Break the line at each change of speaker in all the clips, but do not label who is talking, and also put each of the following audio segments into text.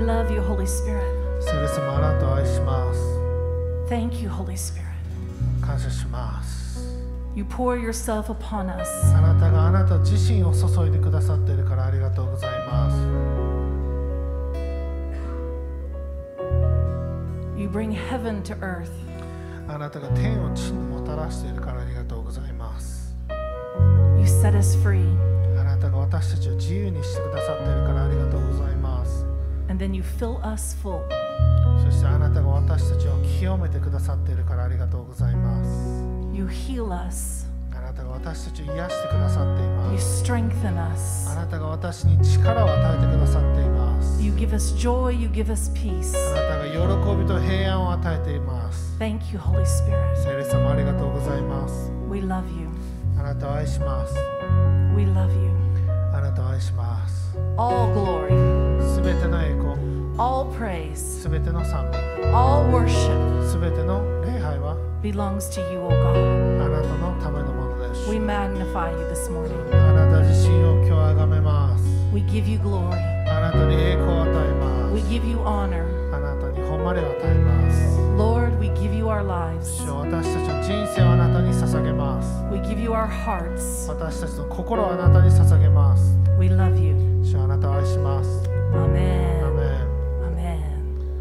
love you, Holy Spirit.
聖霊様あなたを愛します
Thank you, Holy Spirit.
感謝します
You pour yourself upon us.
あなたがあなた自身を注いでくださっているからありがとうございます
You bring heaven to earth.
あなたが天を地にもたらしているからありがとうございます
You set us free.
あなたが私たちを自由にしてくださっているからありがとうございます
And then you fill us full.
そしてあなたが私たちを清めてくださっているからありがとうございます
You heal us.
あなたが私たちを癒してくださってい
You
ます
strengthen
あ
us.
なたが私に力を与えてくださっています
You give us joy. You give us
あ
peace.
なたが喜びと平安を与えています
Thank you, Holy Spirit.
聖霊様ありがとうございます
We love you.
あなたを愛します
We love you.
あなたを愛します
All glory,
すべての栄光
all praise,
すべての賛美
all worship
すべての礼拝は
belongs to you, O
あなたのためのものです
God. We magnify you this morning.
あなた自身を今日あがめます
We give you glory.
あなたに栄光を与え
We
ます
give you honor.
あなたに誉れを与えます
Lord, we give you our lives.
主よ私たちの人生をあなたに捧げます
We give you our hearts.
私たちの心をあなたに捧げます
We love you.
主よあなたを愛します
Amen.
アーメン
Amen.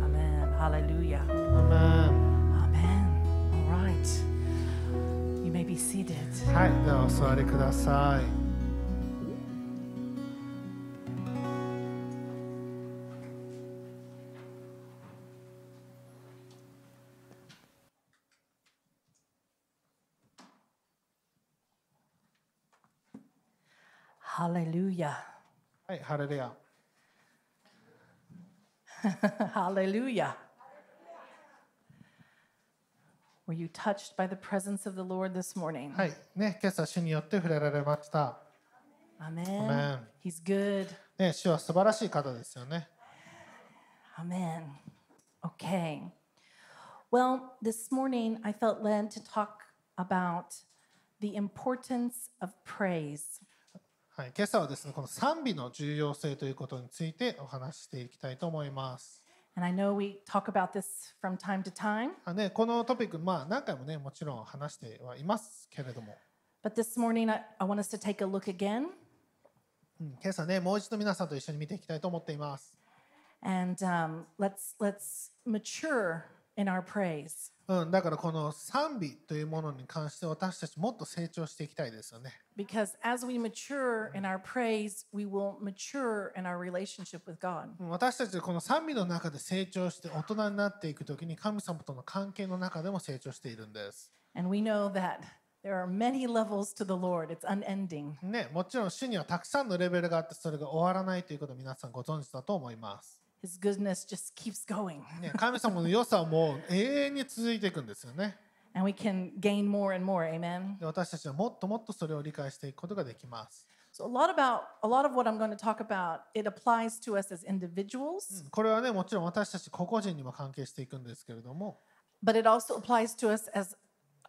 Amen. Hallelujah.
アーメン
Amen. All right. You may be seated.
はい、ではお座りください。
Hallelujah.
はい、ハレルヤ。
Hallelujah. Were you touched by the presence of the Lord this morning?
はい、ね、今朝主によって触れられました。
Amen.
Amen.
He's good.
ね、主は素晴らしい方ですよね。
Amen. Okay. Well, this morning I felt led to talk about the importance of praise.
はい、今朝はですね、この賛美の重要性ということについてお話ししていきたいと思います。
And I know we talk about this from time to time,
あね、このトピック、まあ何回もね、もちろん話してはいますけれども、
but this morning I, I want us to take a look again
うん、今朝ね、もう一度皆さんと一緒に見ていきたいと思っています。
and um, let's let's mature in our praise.
うん、だからこの賛美というものに関して私たちもっと成長していきたいですよね。
Because as we mature in our praise, we will mature in our relationship with God.
私たちこの賛美の中で成長して大人になっていくときに神様との関係の中でも成長しているんです。
And we know that there are many levels to the Lord, it's unending.
ね、もちろん主にはたくさんのレベルがあってそれが終わらないということを皆さんご存知だと思います。
His goodness just keeps going,
ね、神様の良さはもう永遠に続いていくんですよね。
and we can gain more and more. Amen.
で私たちはもっともっとそれを理解していくことができます。
So a lot about a lot of what I'm going to talk about it applies to us as individuals,
これはねもちろん私たち個々人にも関係していくんですけれども
but it also applies to us as a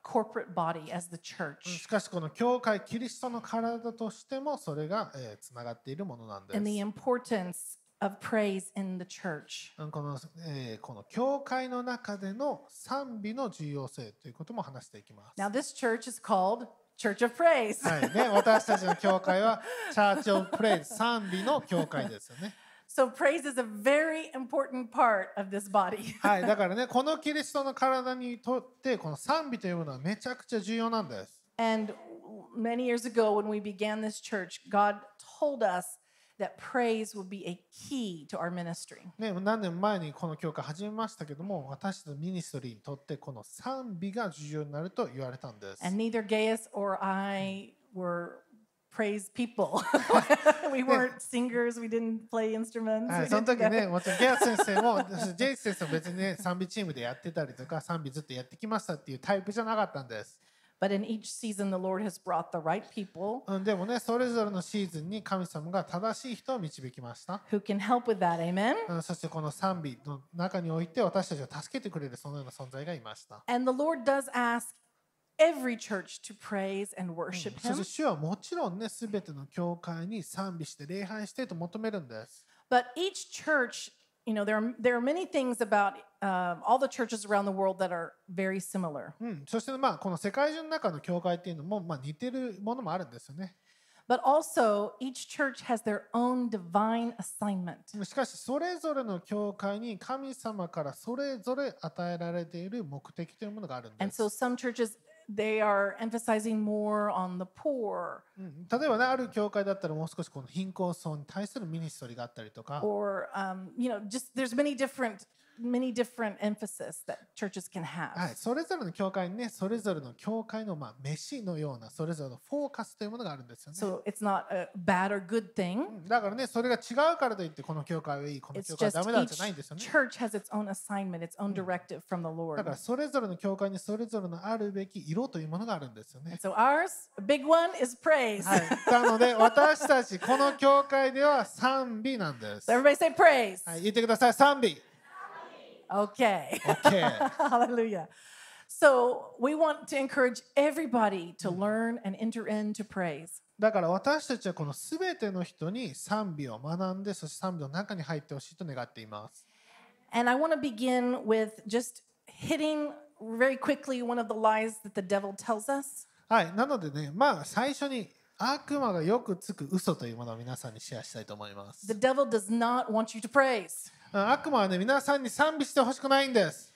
corporate body, as the
し
church,
かしこの教会キリストの体としてもそれがつな、がっているものなんで
and the
す。
importance of praise in the church.
うんこの、えーこの教会の中での賛美の重要性ということも話していきます。
Now this church is called Church of Praise.
はいね、私たちの教会はチャーチ・オブ・プレイズ賛美の教会ですよね。
So praise is a very important part of this body.
はい、だからね、このキリストの体にとって、この賛美というものはめちゃくちゃ重要なんです。
And many years ago when we began this church, God told us that praise would be a key to our ministry.
ね、何年前にこの教会始めましたけども、私たちのミニストリーにとって、この賛美が重要になると言われたんです。
And neither Gaius or I were praise people. we weren't singers, we didn't play instruments.
は
we
い、その
didn't
時
go-
ね、もちろんゲア先生も、私ジェイス先生も別にね、賛美チームでやってたりとか、賛美ずっとやってきましたっていうタイプじゃなかったんです。
But in each season the Lord has brought the right people
うん、でもね、それぞれのシーズンに神様が正しい人を導きました。
who can help with that. Amen.
うん、そしてこの賛美の中において私たちを助けてくれるそのような存在がいました。
And the Lord does ask every church to praise and
そ
worship
して
him.
主はもちろんね、すべての教会に賛美して礼拝してと求めるんです。
But each church you know, there are, there are many things about um, all the churches around the world that are very similar.
うん、そしてまあこの世界中の中の教会っていうのもまあ似てるものもあるんですよね。
But also, each church has their own divine assignment.
しかしそれぞれの教会に神様からそれぞれ与えられている目的というものがあるんで
And
す。
so, some churches, they are emphasizing more on the poor
うん、例えばねある教会だったらもう少しこの貧困層に対するミニストリーがあったりとか、
or, um, you know, just there's many different, many different emphasis that churches can
は
have.
い、それぞれの教会にねそれぞれの教会のまあ飯のようなそれぞれのフォーカスというものがあるんですよね。
So, it's not a bad or good
う
thing.
んだからねそれが違うからといってこの教会はいいこの
It's
教会は
just
ダメだじゃないんですよ
each
ね。
church has its own assignment, its own
Mm.
directive from the
だ
Lord.
からそれぞれの教会にそれぞれのあるべき色というものがあるんですよね
And。so ours, a big one is praise.
はい、なので私たちこの教会では賛美なんで す。
So
は
everybody say praise.
い、言ってください賛美。
Okay.
OK。
Hallelujah. So we want to encourage everybody to learn and enter into praise.
だから私たちはこのすべての人に賛美を学んでそして賛美の中に入ってほしいと願っています。
And I want to begin with just hitting very quickly one of the lies that the devil tells us.
はい、なのでねまあ最初に悪魔がよくつく嘘というものを皆さんにシェアしたいと思いま
The
す。
devil does not want you to praise.
あ悪魔はね皆さんに賛美してほしくないんです。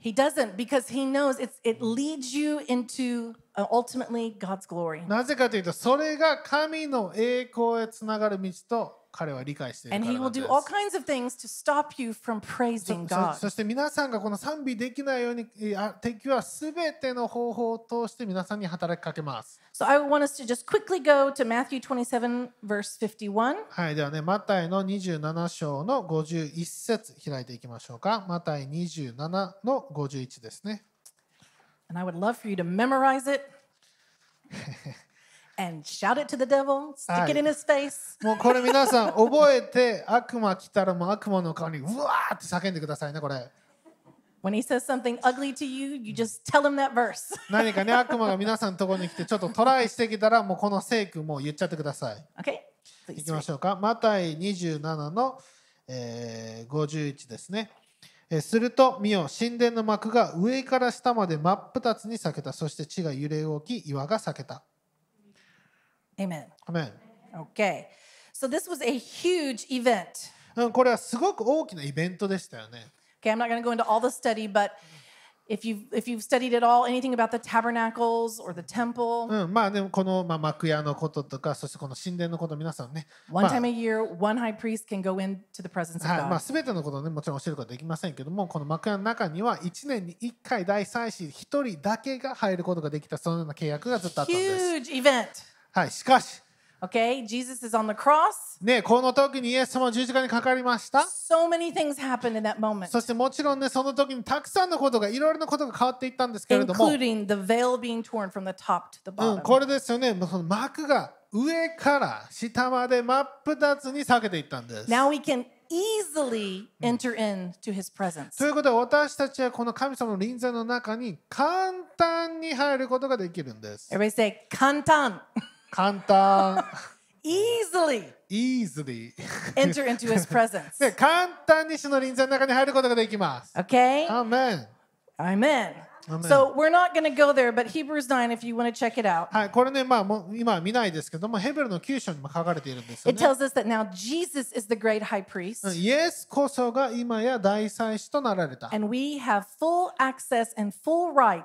He doesn't because he knows it's, it leads you into uh, ultimately God's glory.
なぜかというとそれが神の栄光へつながる道と彼は理解している
And
か
he
らな
will
んで
do
す
all kinds of things to stop you from praising
そ
God.
そして皆さんがこの賛美できないようにえーあ敵は全ての方法を通して皆さんに働きかけます。
So I want us to just quickly go to Matthew 27, verse 51.
はい、ではね、マタイの27章の51節開いていきましょうか。マタイ27の51ですね。
And I would love for you to memorize it and shout it to the devil, stick it
Aye.
in his face.
もうこれ皆さん覚えて悪魔来たらもう悪魔の顔にうわーって叫んでくださいね、これ。
When he says something ugly to you, you just tell him that verse.
何かね、悪魔が皆さんのところに来てちょっとトライしてきたらもうこの聖句もう言っちゃってください。
Okay?
い
Please.
きましょうか。マタイ27の、えー51ですね。えーすると、見よ、神殿の幕が上から下まで真っ二つに裂けた。そして地が揺れ動き、岩が裂けた。
read. Amen.
アメン
Okay. So this was a huge event.
うん、これはすごく大きなイベントでしたよね。
Okay, I'm not going to go into all the study, but if you've, if you've studied at all anything about the tabernacles or the temple,
うん、まあでもこの、まあ、幕屋のこととか、そしてこの神殿のこと、皆さんね、
One
まあ
time a year, one high priest can go into the presence of
はいまあ、
God.
全てのことをねもちろん教えることはできませんけどもこの幕屋の中には1年に1回大祭司1人だけが入ることができたそのような契約がずっとあったんです、
Huge event.
はい、しかし
Okay, Jesus is on the cross.
ね、この時にイエス様は十字架にかかりました。
So many things happened in that moment,
そしてもちろんね、その時にたくさんのことが、いろいろなことが変わっていったんですけれども、う
including the veil being torn from the top to the
ん、こ
bottom.
れですよね、もうその幕が上から下まで真っ二つに裂けていったんです。
Now we can easily enter into his presence.
ということは私たちはこの神様の臨在の中に簡単に入ることができるんです。
Everybody say, Kantan.
簡単、
Easily
easily。
enter into his presence.
で簡単に主の臨在の中に入ることができます。
Okay?
アーメン。
Amen.
Amen.
So we're not going to go there, but Hebrews 9, if you want to check it out,
はい、これね、まあ、もう今は見ないですけども、ヘブルの9章にも書かれているんですよ
it
ね。
tells us that now Jesus is the great high priest.
イエスこそが今や大祭司となられた。
and we have full access and full right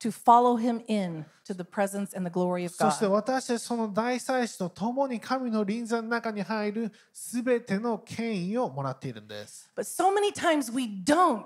to follow him in to the presence and the glory of
そして
God.
私たちその大祭司と共に神の臨座の中に入るすべての権威をもらっているんです。
But so many times we don't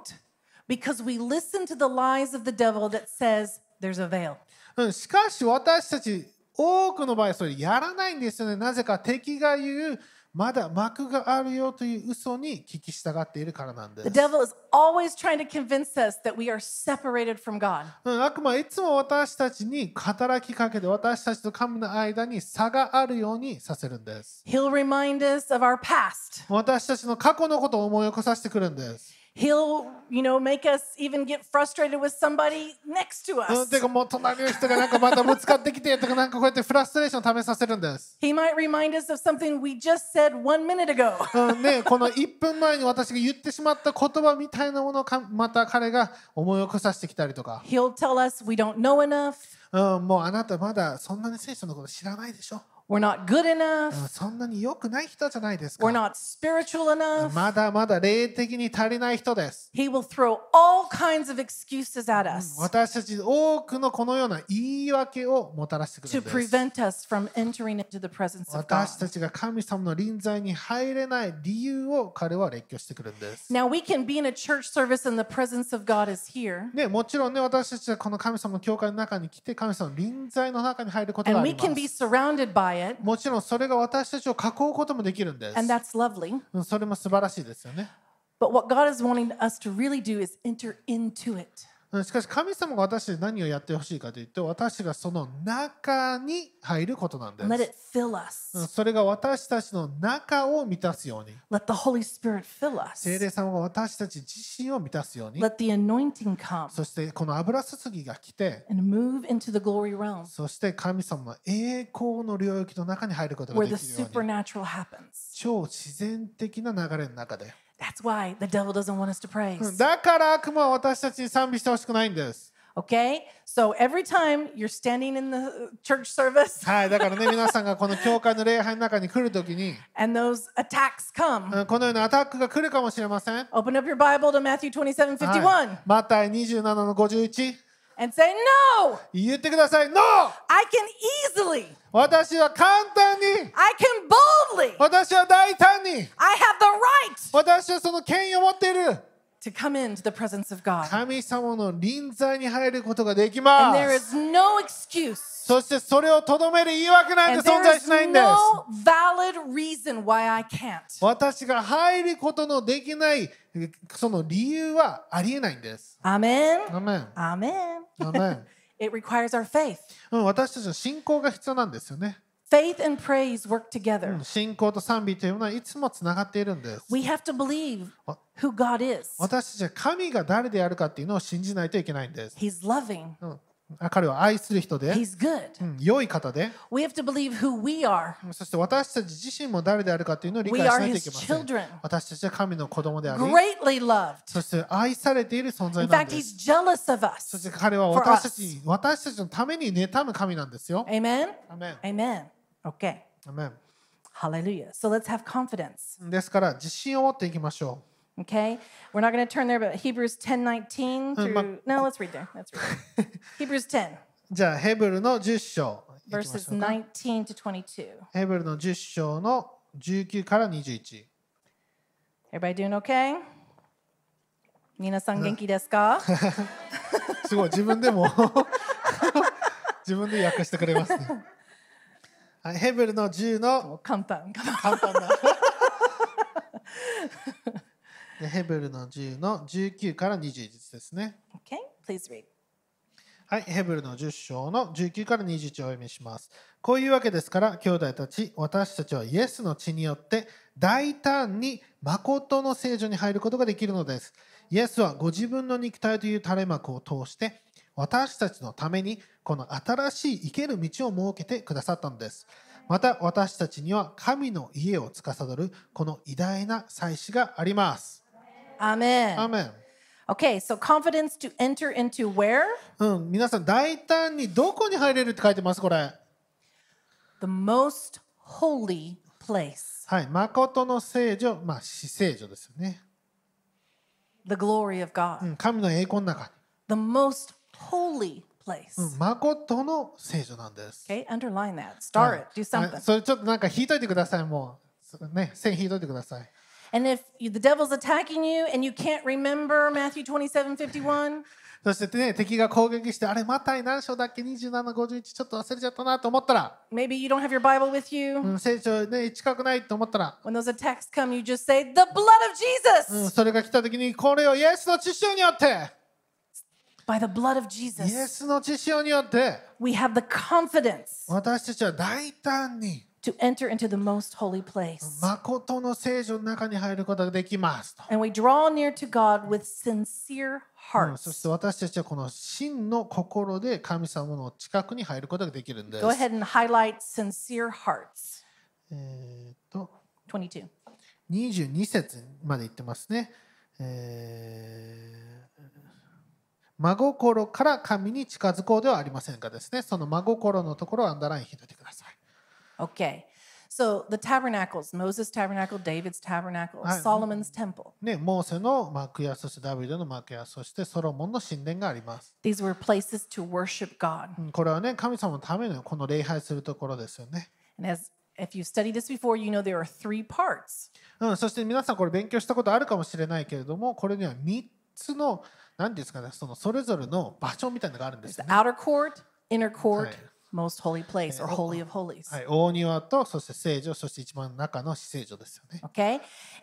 because we listen to the lies of the devil that says there's a veil.
うん、しかし私たち多くの場合それやらないんですよね。なぜか敵が言うまだ幕があるよという嘘に聞き従っているからなんで
The
す。
devil is always trying to convince us that we are separated from God.
うん、悪魔はいつも私たちに働きかけて私たちと神の間に差があるようにさせるんです。
He'll remind us of our past.
私たちの過去のことを思い起こさせてくるんです。
He'll, you know, make us even get frustrated with somebody next to
うん、
us.
てかもう隣の人がなんかまたぶつかってきてとかなんかこうやってフラストレーションを試させるんです。
He might remind us of something we just said one minute ago.
うんね、この1分前に私が言ってしまった言葉みたいなものをかまた彼が思い起こさせてきたりとか、
He'll tell us we don't know enough,
うん、もうあなたまだそんなに聖書のこと知らないでしょ、
we're not good
うん
enough,
そんなに良くない人じゃないですか
we're not spiritual enough.
まだまだ霊的に足りない人です。
He will throw all kinds of excuses at us
私たち多くのこのような言い訳をもたらしてく
to
るんです。
prevent us from entering into the presence of God.
私たちが神様の臨在に入れない理由を彼は列挙してくるんです。
Now, we can be in a church service and the presence of God is here,
ね、もちろんね、私たちはこの神様の教会の中に来て、神様の臨在の中に入ることが
and
あ
we
りま
can be
す。
surrounded by it,
もちろんそれが私たちを囲うこともできるんです
and。that's lovely.
うんそれも素晴らしいですよね。
But what God is wanting us to really do is enter into it.
うんしかし神様が私たちに何をやってほしいかというと、私がその中に入ることなんで
and Let
す
it。fill
うん
us.
それが私たちの中を満たすように
Let the Holy Spirit fill us.
聖霊様が私たち自身を満たすように
Let the anointing come
そしてこの油注ぎが来て
and move into the glory realm
そして神様の栄光の領域の中に入ることが
where
で
the
きるように
supernatural happens.
超自然的な流れの中で
That's why the devil doesn't want us to
うん
praise.
だから悪魔は私たちに賛美してほしくないんです
Okay? So every time you're standing in the uh, church service
はいだからね皆さんがこの教会の礼拝の中に来るときに
and those attacks come,
うんこのようなアタックが来るかもしれません、はい
open up your Bible to Matthew 27 51
マタイ27の51
and say, No,
言ってください NO!
I can easily,
私は簡単に
I can boldly,
私は大胆に
I have the right
私はその権威を持っている
to come into the presence of God.
神様の臨在に入ることができ
And
ま
there
す
is no excuse.
そしてそれをとどめる言い訳なん
And
て存
there
在
is
しないんです
no valid reason why I can't.
私が入ることのできないえその理由はありえないんです
Amen.
アメン
Amen.
アメン
It requires our faith.
うん私たちの信仰が必要なんですよね
Faith and praise work
う
together.
ん信仰と賛美というのはいつもつながっているんです
We have to believe
What?
who God is.
私たちは神が誰であるかっていうのを信じないといけないんです、
He's loving.
うん、あ彼は愛する人で、
He's good.
うん良い方で
We have to believe who we are.
そして私たち自身も誰であるかというのを理
We
解し
are
ないとい
His
けません。
children,
私たちは神の子供であり、
greatly loved.
そして愛されている存在
In
なん
fact,
で
He's
す。
jealous of
そし
us.
て彼は
for
私たちに私たちのために妬む神なんですよ。
Amen.
アメン
Amen. Okay.
アメ
Hallelujah. So let's have confidence.
ンですから自信を持っていきましょ
Okay, we're not going to turn there, but Hebrews 10 19
Um,
through.
but-
no, let's read there. Let's read there. Hebrews 10,
う。じゃあヘブルの10章いきましょ
verses
うか
19 to 22.
ヘブルの10章の19から21。
Everybody doing okay? Nina san genki desu ka?
すごい自分でも 自分で訳してくれますね。はいヘブルの10の
Oh, kanpan, come on.
簡単な でヘブルの10の19から21ですね
Okay, please read.
はい、ヘブルの10章の19から21をお読みします。こういうわけですから、兄弟たち、私たちはイエスの血によって大胆に誠の聖女に入ることができるのです。イエスはご自分の肉体という垂れ幕を通して、私たちのためにこの新しい生ける道を設けてくださったのです。また私たちには神の家を司るこの偉大な祭司があります。
Amen.
アーメン。
Okay, so confidence to enter into where?
うん、皆さん大胆にどこに入れるって書いてます、これ。
The most holy place,
はい、誠の聖女、まあ、死聖女ですよね。
the glory of
う
God,
ん、神の栄光の中
the most holy place.
に。うん、誠の聖女なんです。
Okay, underline that,
は
star
い
it, do
は
something.
いそれちょっとなんか引いといてください、もう。ね、線引いといてください。
And if you, the devil's attacking you and you can't remember Matthew 27 51,
そしてね、敵が攻撃して、あれ、マタイ何章だっけ ?27、51、ちょっと忘れちゃったなと思ったら、
maybe you don't have your Bible with you.
うん、聖書ね、近くないと思ったら、
When those attacks come, you just say, The blood of
うん、
Jesus!
それが来た時に、これをイエスの血潮によって、
By the blood of
イエ
Jesus,
スの血潮によって、
we have the confidence
私たちは大胆に、
to enter into the most holy place.
誠の聖女の中に入ることができますと。
And we draw near to God with
Ah,
sincere
うんそし
hearts.
て私たちはこの真の心で神様の近くに入ることができるんです
Go。ahead and highlight sincere hearts.
えーっと、
22.
22節まで言ってますね。えー真心から神に近づこうではありませんかですね。その真心のところをアンダーライン引いておいてください。
Okay. So the tabernacles, Moses' tabernacle, David's tabernacle,
Right.
Solomon's temple.
ね、モーセの幕屋、そしてダビデの幕屋、そしてソロモンの神殿があります。
These were places to worship God.
うんこれはね、神様のためのこの礼拝するところですよね。
And as if you've studied this before, you know there are three parts.
うん、そして皆さんこれ勉強したことあるかもしれないけれども、これには3つの、何ですかね、そのそれぞれの場所みたいなのがあるんです
There's
よ
the
ね。
outer court, inner court,
Mm-hmm. Right.
most holy place, or
Yeah. Oh,
holy of holies.
はい、大庭と、そして聖女、そして一番中の聖女ですよね。
Okay?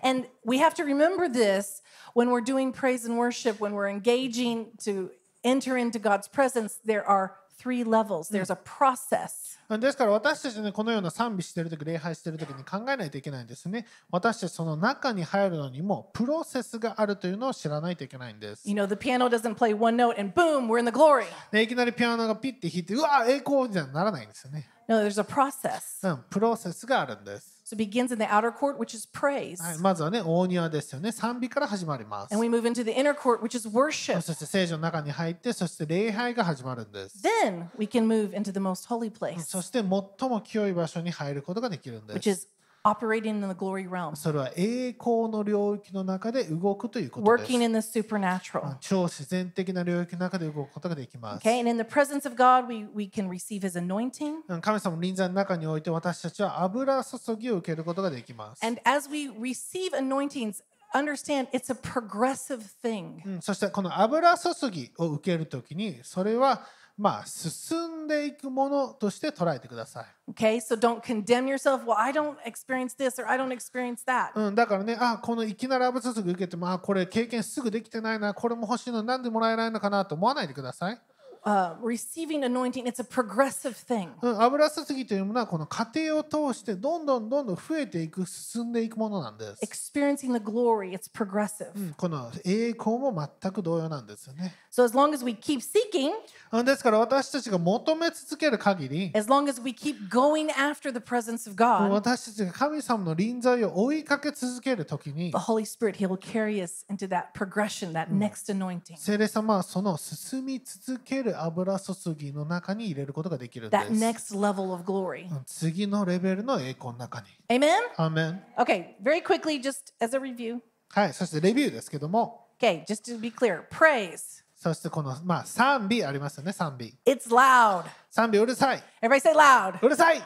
And we have to remember this when we're doing praise and worship, when we're engaging to enter into God's presence, there are three levels, there's a process.
ですから私たちねこのような賛美してる時礼拝してる時に考えないといけないんですね私たちその中に入るのにもプロセスがあるというのを知らないといけないんです
You know, the piano doesn't play one note and boom, we're in the glory.
ねいきなりピアノがピッて弾いてうわ栄光じゃならないんですよね
No, there's a process.
うんプロセスがあるんです、
So it begins in the outer court, which is praise.
はい、まずはね大庭ですよね賛美から始まります
And we move into the inner court, which is worship.
そして聖女の中に入ってそして礼拝が始まるんです
Then we can move into the most holy
そ
place,
して最も清い場所に入ることができるんで
which
す
is operating in the glory realm,
それは栄光の領域の中で動くということです
working in the supernatural.
超自然的な領域の中で動くことができます。
Okay, and in the presence of God, we, we can receive his anointing.
うん神様の臨在の中において私たちは油注ぎを受けることができます。
And as we receive anointings, understand it's a progressive thing.
うんそしてこの油注ぎを受けるときにそれはまあ進んでいくものとして捉えてください。
Okay, so don't condemn yourself. Well, I don't experience this or I don't experience that.
うん、だからね、あこのいきなり油注ぎ受けても、あこれ経験すぐできてないな、これも欲しいの、なんでもらえないのかなと思わないでください。
Uh, receiving anointing, it's a progressive thing.
うん、油注ぎというものは、この過程を通してどんどんどんどん増えていく、進んでいくものなんです。
Experiencing the glory, it's progressive.
うんこの栄光も全く同様なんですよね。
So as long as we keep seeking,
うんですから私たちが求め続ける限り、
as long as we keep going after the presence of God,
私たちが神様の臨在を追いかけ続けるときに
the、Holy Spirit, He will carry us into that progression, that next anointing,
聖霊様はその進み続ける油注ぎの中に入れることができるんで
that
す。
next level of glory.
うん次のレベルの栄光の中に。
Amen?
アーメン。
Okay, very quickly, just as a review.
はい、そしてレビューですけども、
Okay, just to be clear, praise.
そしてこの、まあ、賛美ありますよね、賛美。
It's loud.
賛美うるさい、
Everybody say loud.
うるさい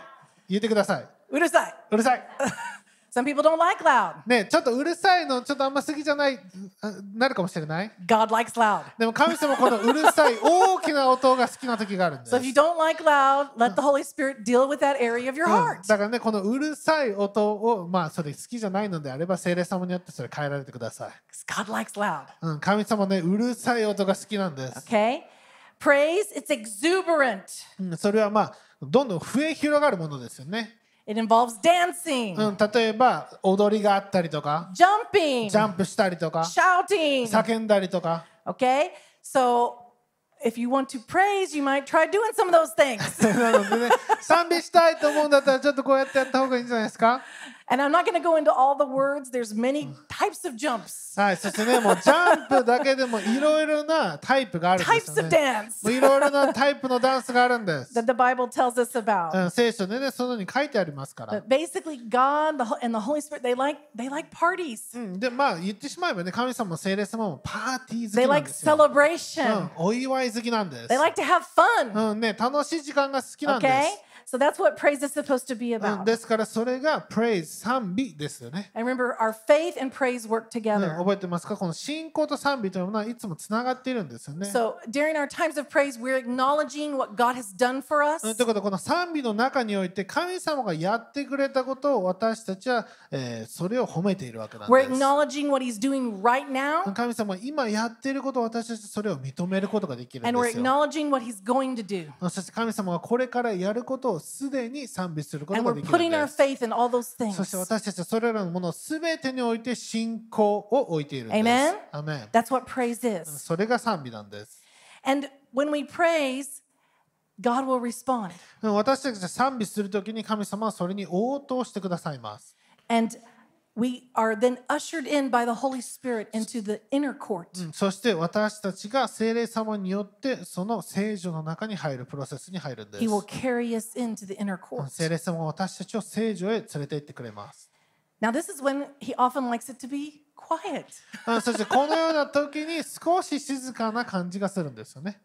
言ってください、
Urusai.
うるさい。
Some people don't like loud.
ねちょっとうるさいの、ちょっとあんま好きじゃない、あなるかもしれない
God likes loud.
でも神様このうる さい大きな音が好きな時があるんです。
So if you don't like loud, let the Holy Spirit deal with that area of your
うん
heart.
だからねこのうるさい音をまあそれ好きじゃないのであれば聖霊様によってそれ変えられてください。
'Cause God likes loud.
うん、神様ねうるさい音が好きなんです。
Okay? Praise, it's exuberant.
うん、それはまあどんどん増え広がるものですよね。
It involves dancing,
うん、例えば踊りがあったりとか
jumping,
ジャンプしたりとか
shouting.
叫んだりとか
Okay? So if you want to praise, you might try doing some of those things.
なのでね 賛美したいと思うんだったらちょっとこうやってやった方がいいんじゃないですか。
and I'm not going to go into all the words. There's many types of jumps.
はい、そしてねもうジャンプだけでもいろいろなタイプがあるんです
types
よ
of
ね。
dance
もういろいろなタイプのダンスがあるんです。
that the Bible tells us
う
about.
ん、聖書でね、そのように書いてありますから。
But basically, God the Ho- and the Holy Spirit they like they like parties.
うん、で、まあ言ってしまえばね、神様も聖霊様もパーティー好
They
きなん
like
ですよ。うん
celebration.
お祝い好きなんです
They。like to have fun.
うんね、楽しい時間が好きなんで
Okay,
す。
so that's what praise is supposed to be
うん、
about.
ですからそれが praise 賛美ですよね。
And remember, our faith and praise work
うん
together.
覚えてますかこの信仰と賛美というものはいつもつながっているんですよね。
So during our times of praise, we're acknowledging what God has done for us.
うん、ということでこの賛美の中において神様がやってくれたことを私たちは、えーそれを褒めているわけなん
We're
です。
acknowledging what He's doing right
うん
now,
神様は今やっていることを私たちはそれを認めることができるん
and we're
ですよ。
acknowledging what He's going to do.
そして神様はこれからやることををすでに賛美すること
And
が
we're
できる
putting
の
our
です
faith in all those
そして
things.
私たちはそれらのものすべてにおいて信仰を置いているんです。
Amen?
アメン
That's what praise is.
それが賛美なんです。
And when we praise, God will respond.
私たちが賛美するときに神様はそれに応答してくださいます。
And we are then ushered in by the Holy Spirit into the inner court.
そして私たちが聖霊様によってその聖女の中に入るプロセスに入るんです
He。will carry us into the inner court.
聖霊様は私たちを聖女へ連れて行ってくれます。
Now, this is when he often likes it to be quiet.
あそしてこのような時に少し静かな感じがするんですよね。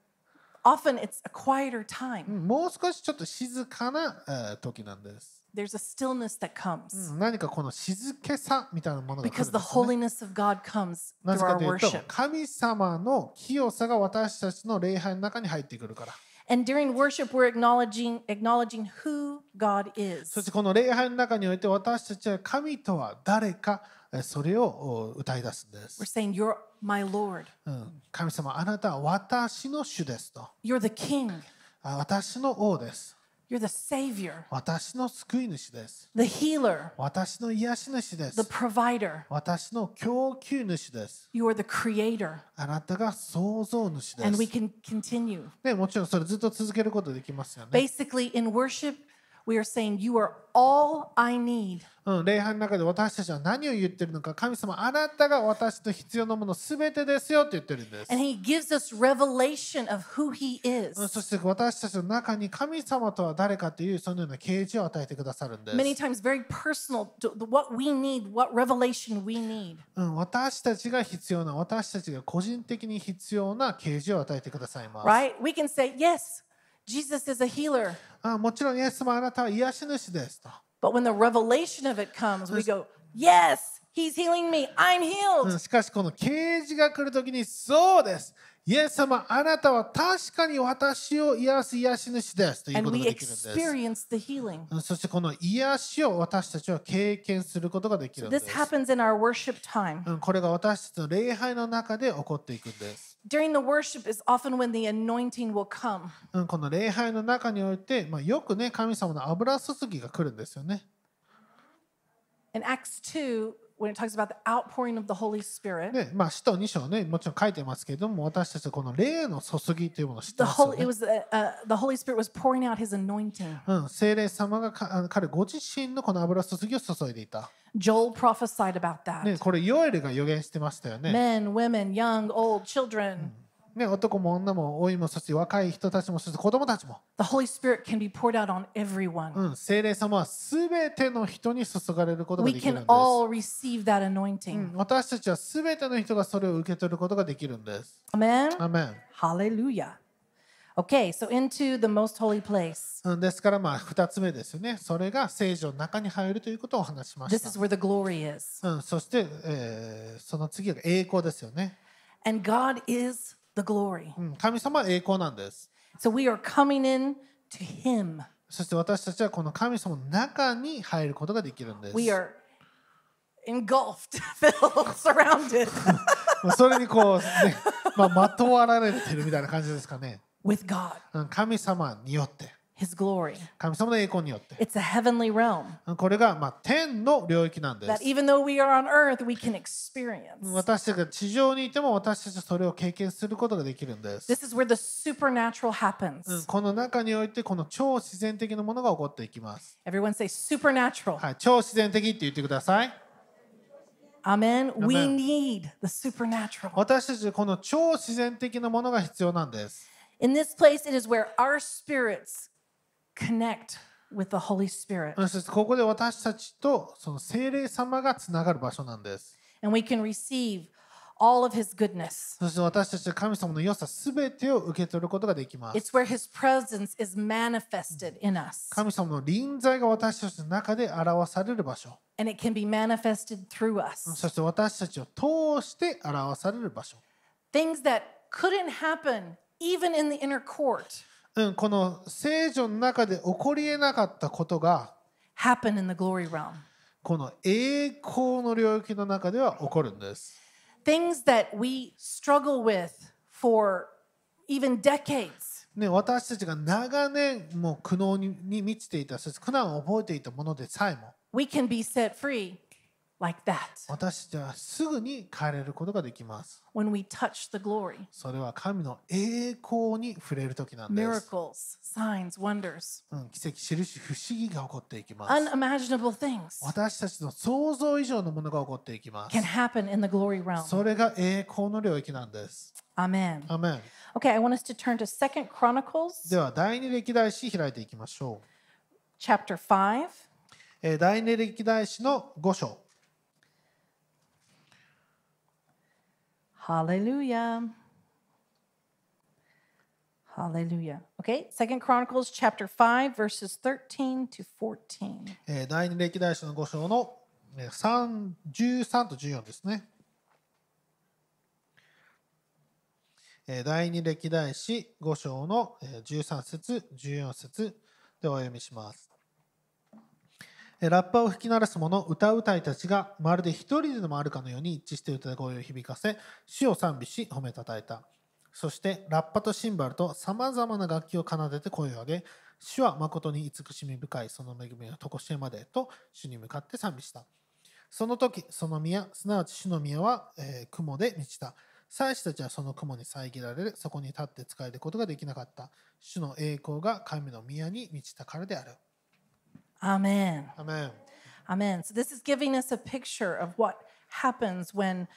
Often it's a quieter time.
もう少しちょっと静かなえー時なんです。
There's a stillness that comes
何かこの静けさみたいなものが来る
because
ん
the
ですよ
holiness of
ね。
God comes
な
through
ぜか
our
というと
worship.
神様の清さが私たちの礼拝の中に入ってくるから。
And during worship, we're acknowledging, acknowledging who God
そ
is.
してこの礼拝の中において私たちは神とは誰かえそれをお歌い出すんで
We're
す。
saying, You're my Lord,
うん神様あなたは私の主ですと。
you're the King,
あ私の王です。
you're the Savior,
私の救い主です。
the healer,
私の癒し主で
the
す。
provider,
私の供給主です。
you are the creator.
あなたが創造主で
And we
す。
can continue.
ね、もちろんそれずっと続けることできますよね。
Basically, in worship, we are saying, You are all I need.
うん、礼拝の中で私たちは何を言ってるのか神様あなたが私の必要なものすべてですよって言ってるんです
And、he gives us revelation of who he
うん、そ
is.
して私たちの中に神様とは誰かというそのような啓示を与えてくださるんです、
Many times, very personal, to the- what we need, what revelation we need.
うん、私たちが必要な私たちが個人的に必要な啓示を与えてくださいます、
right? We can say, yes, Jesus is a healer.
あもちろんイエス様あなたは癒し主ですと、
But when the revelation of it comes, we go, yes, he's healing me. I'm
うん
healed.
しかしこの啓示が来るときにそうですイエス様あなたは確かに私を癒す癒し主ですという
And
ことが
we
できるんです
experience the healing.
そしてこの癒しを私たちは経験することができるんで
This
す。
happens in our worship time.
うんこれが私たちの礼拝の中で起こっていくんです。
During the worship is often when the anointing will come.
うんこの礼拝の中において、まあ、よくね神様の油注ぎが来るんですよね。
In Acts 2, when it talks about the outpouring of the Holy Spirit,
で、まあ、使徒2章ねもちろん書いてますけれども私たちはこの霊の注ぎというものを知ってま
the
すよ
whole it
ね。
was uh, uh, the Holy Spirit was pouring out His anointing.
うん、聖霊様がかあの彼ご自身のこの油注ぎを注いでいた。
Joel prophesied about that.
ね、これヨエルが予言してましたよね。
Men, women, young, old, children,
ね男も女も老いもそして若い人たちもそして子供たちも。
the Holy Spirit can be poured out on everyone.
うん、聖霊様はすべての人に注がれることが
We
できるんで
can
す。
all receive that anointing.
うん私たちはすべての人がそれを受け取ることができるんです。
Amen.
アーメン
Hallelujah. Okay, so into the most holy place.
うんですからまあ2つ目ですよね。それが聖女の中に入るということをお話ししまし
This is
た。
where the glory is.
うん、そして、えーその次が栄光ですよね、
And God is the glory.
うん。神様は栄光なんです。
So we are coming in to Him.
そして私たちはこの神様の中に入ることができるんです。
We are engulfed, filled, surrounded
まあそれにこう、ねまあ、まとわられてるみたいな感じですかね。
with God,
うん神様によって、
His glory.
神様の栄光によって。
It's a heavenly realm
これがまあ天の領域なんで
that
す。
even though we are on earth, we can experience.
私たちが地上にいても私たちはそれを経験することができるんです。
This is where the supernatural
うん
happens.
この中においてこの超自然的なものが起こっていきます。
Everyone say supernatural.
はい、超自然的って言ってください。
Amen. We
Amen.
need the supernatural.
私たちはこの超自然的なものが必要なんです。
In this place, it is where our spirits connect with the Holy Spirit
うんそしてここで私たちとその聖霊様がつながる場所なんです。
and we can receive all of His goodness.
そして私たちは神様の良さすべてを受け取ることができます。
It's where his presence is manifested in us.
神様の臨在が私たちの中で表される場所。
And it can be manifested through us.
そして私たちを通して表される場所。
Things that couldn't happen even in the inner court
うん、この聖女の中で起こりえなかったことが、
happen in the glory realm.
この栄光の領域の中では起こるんです。
Things that we struggle with for even decades.
ね、私たちが長年もう苦悩にに満ちていたそして苦難を覚えていたものでさえも
we can be set free like that
私たちはすぐに変えられることができます。
when we touch the glory.
それは神の栄光に触れる時なんです。
Miracles, signs, wonders,
うん、奇跡、印、不思議が起こっていきます。
unimaginable things
私たちの想像以上のものが起こっていきます
can。happen in the glory realm.
それが栄光の領域なんです。
Amen.
アメン
Okay, I want us to turn to Second Chronicles
では、第二歴代史開いていきましょう。
chapter 5.
えー第二歴代史の5章。
Hallelujah. Hallelujah. Okay, Second Chronicles chapter 5 verses 13 to 14.
えー第二歴代史の5章のえー3 13と14ですね。えー第二歴代史5章のえー13節14節でお読みします。えーラッパを吹き鳴らす者、歌うたいたちがまるで一人でもあるかのように一致して歌声を響かせ、主を賛美し褒めたたえた。そしてラッパとシンバルとさまざまな楽器を奏でて声を上げ、主は誠に慈しみ深いその恵みは常しえまでと主に向かって賛美した。その時、その宮、すなわち主の宮は、えー雲で満ちた。祭司たちはその雲に遮られ、そこに立って仕えることができなかった。主の栄光が神の宮に満ちたからである。
Amen.
アメン。
Amen. So this is giving us a picture of what happens when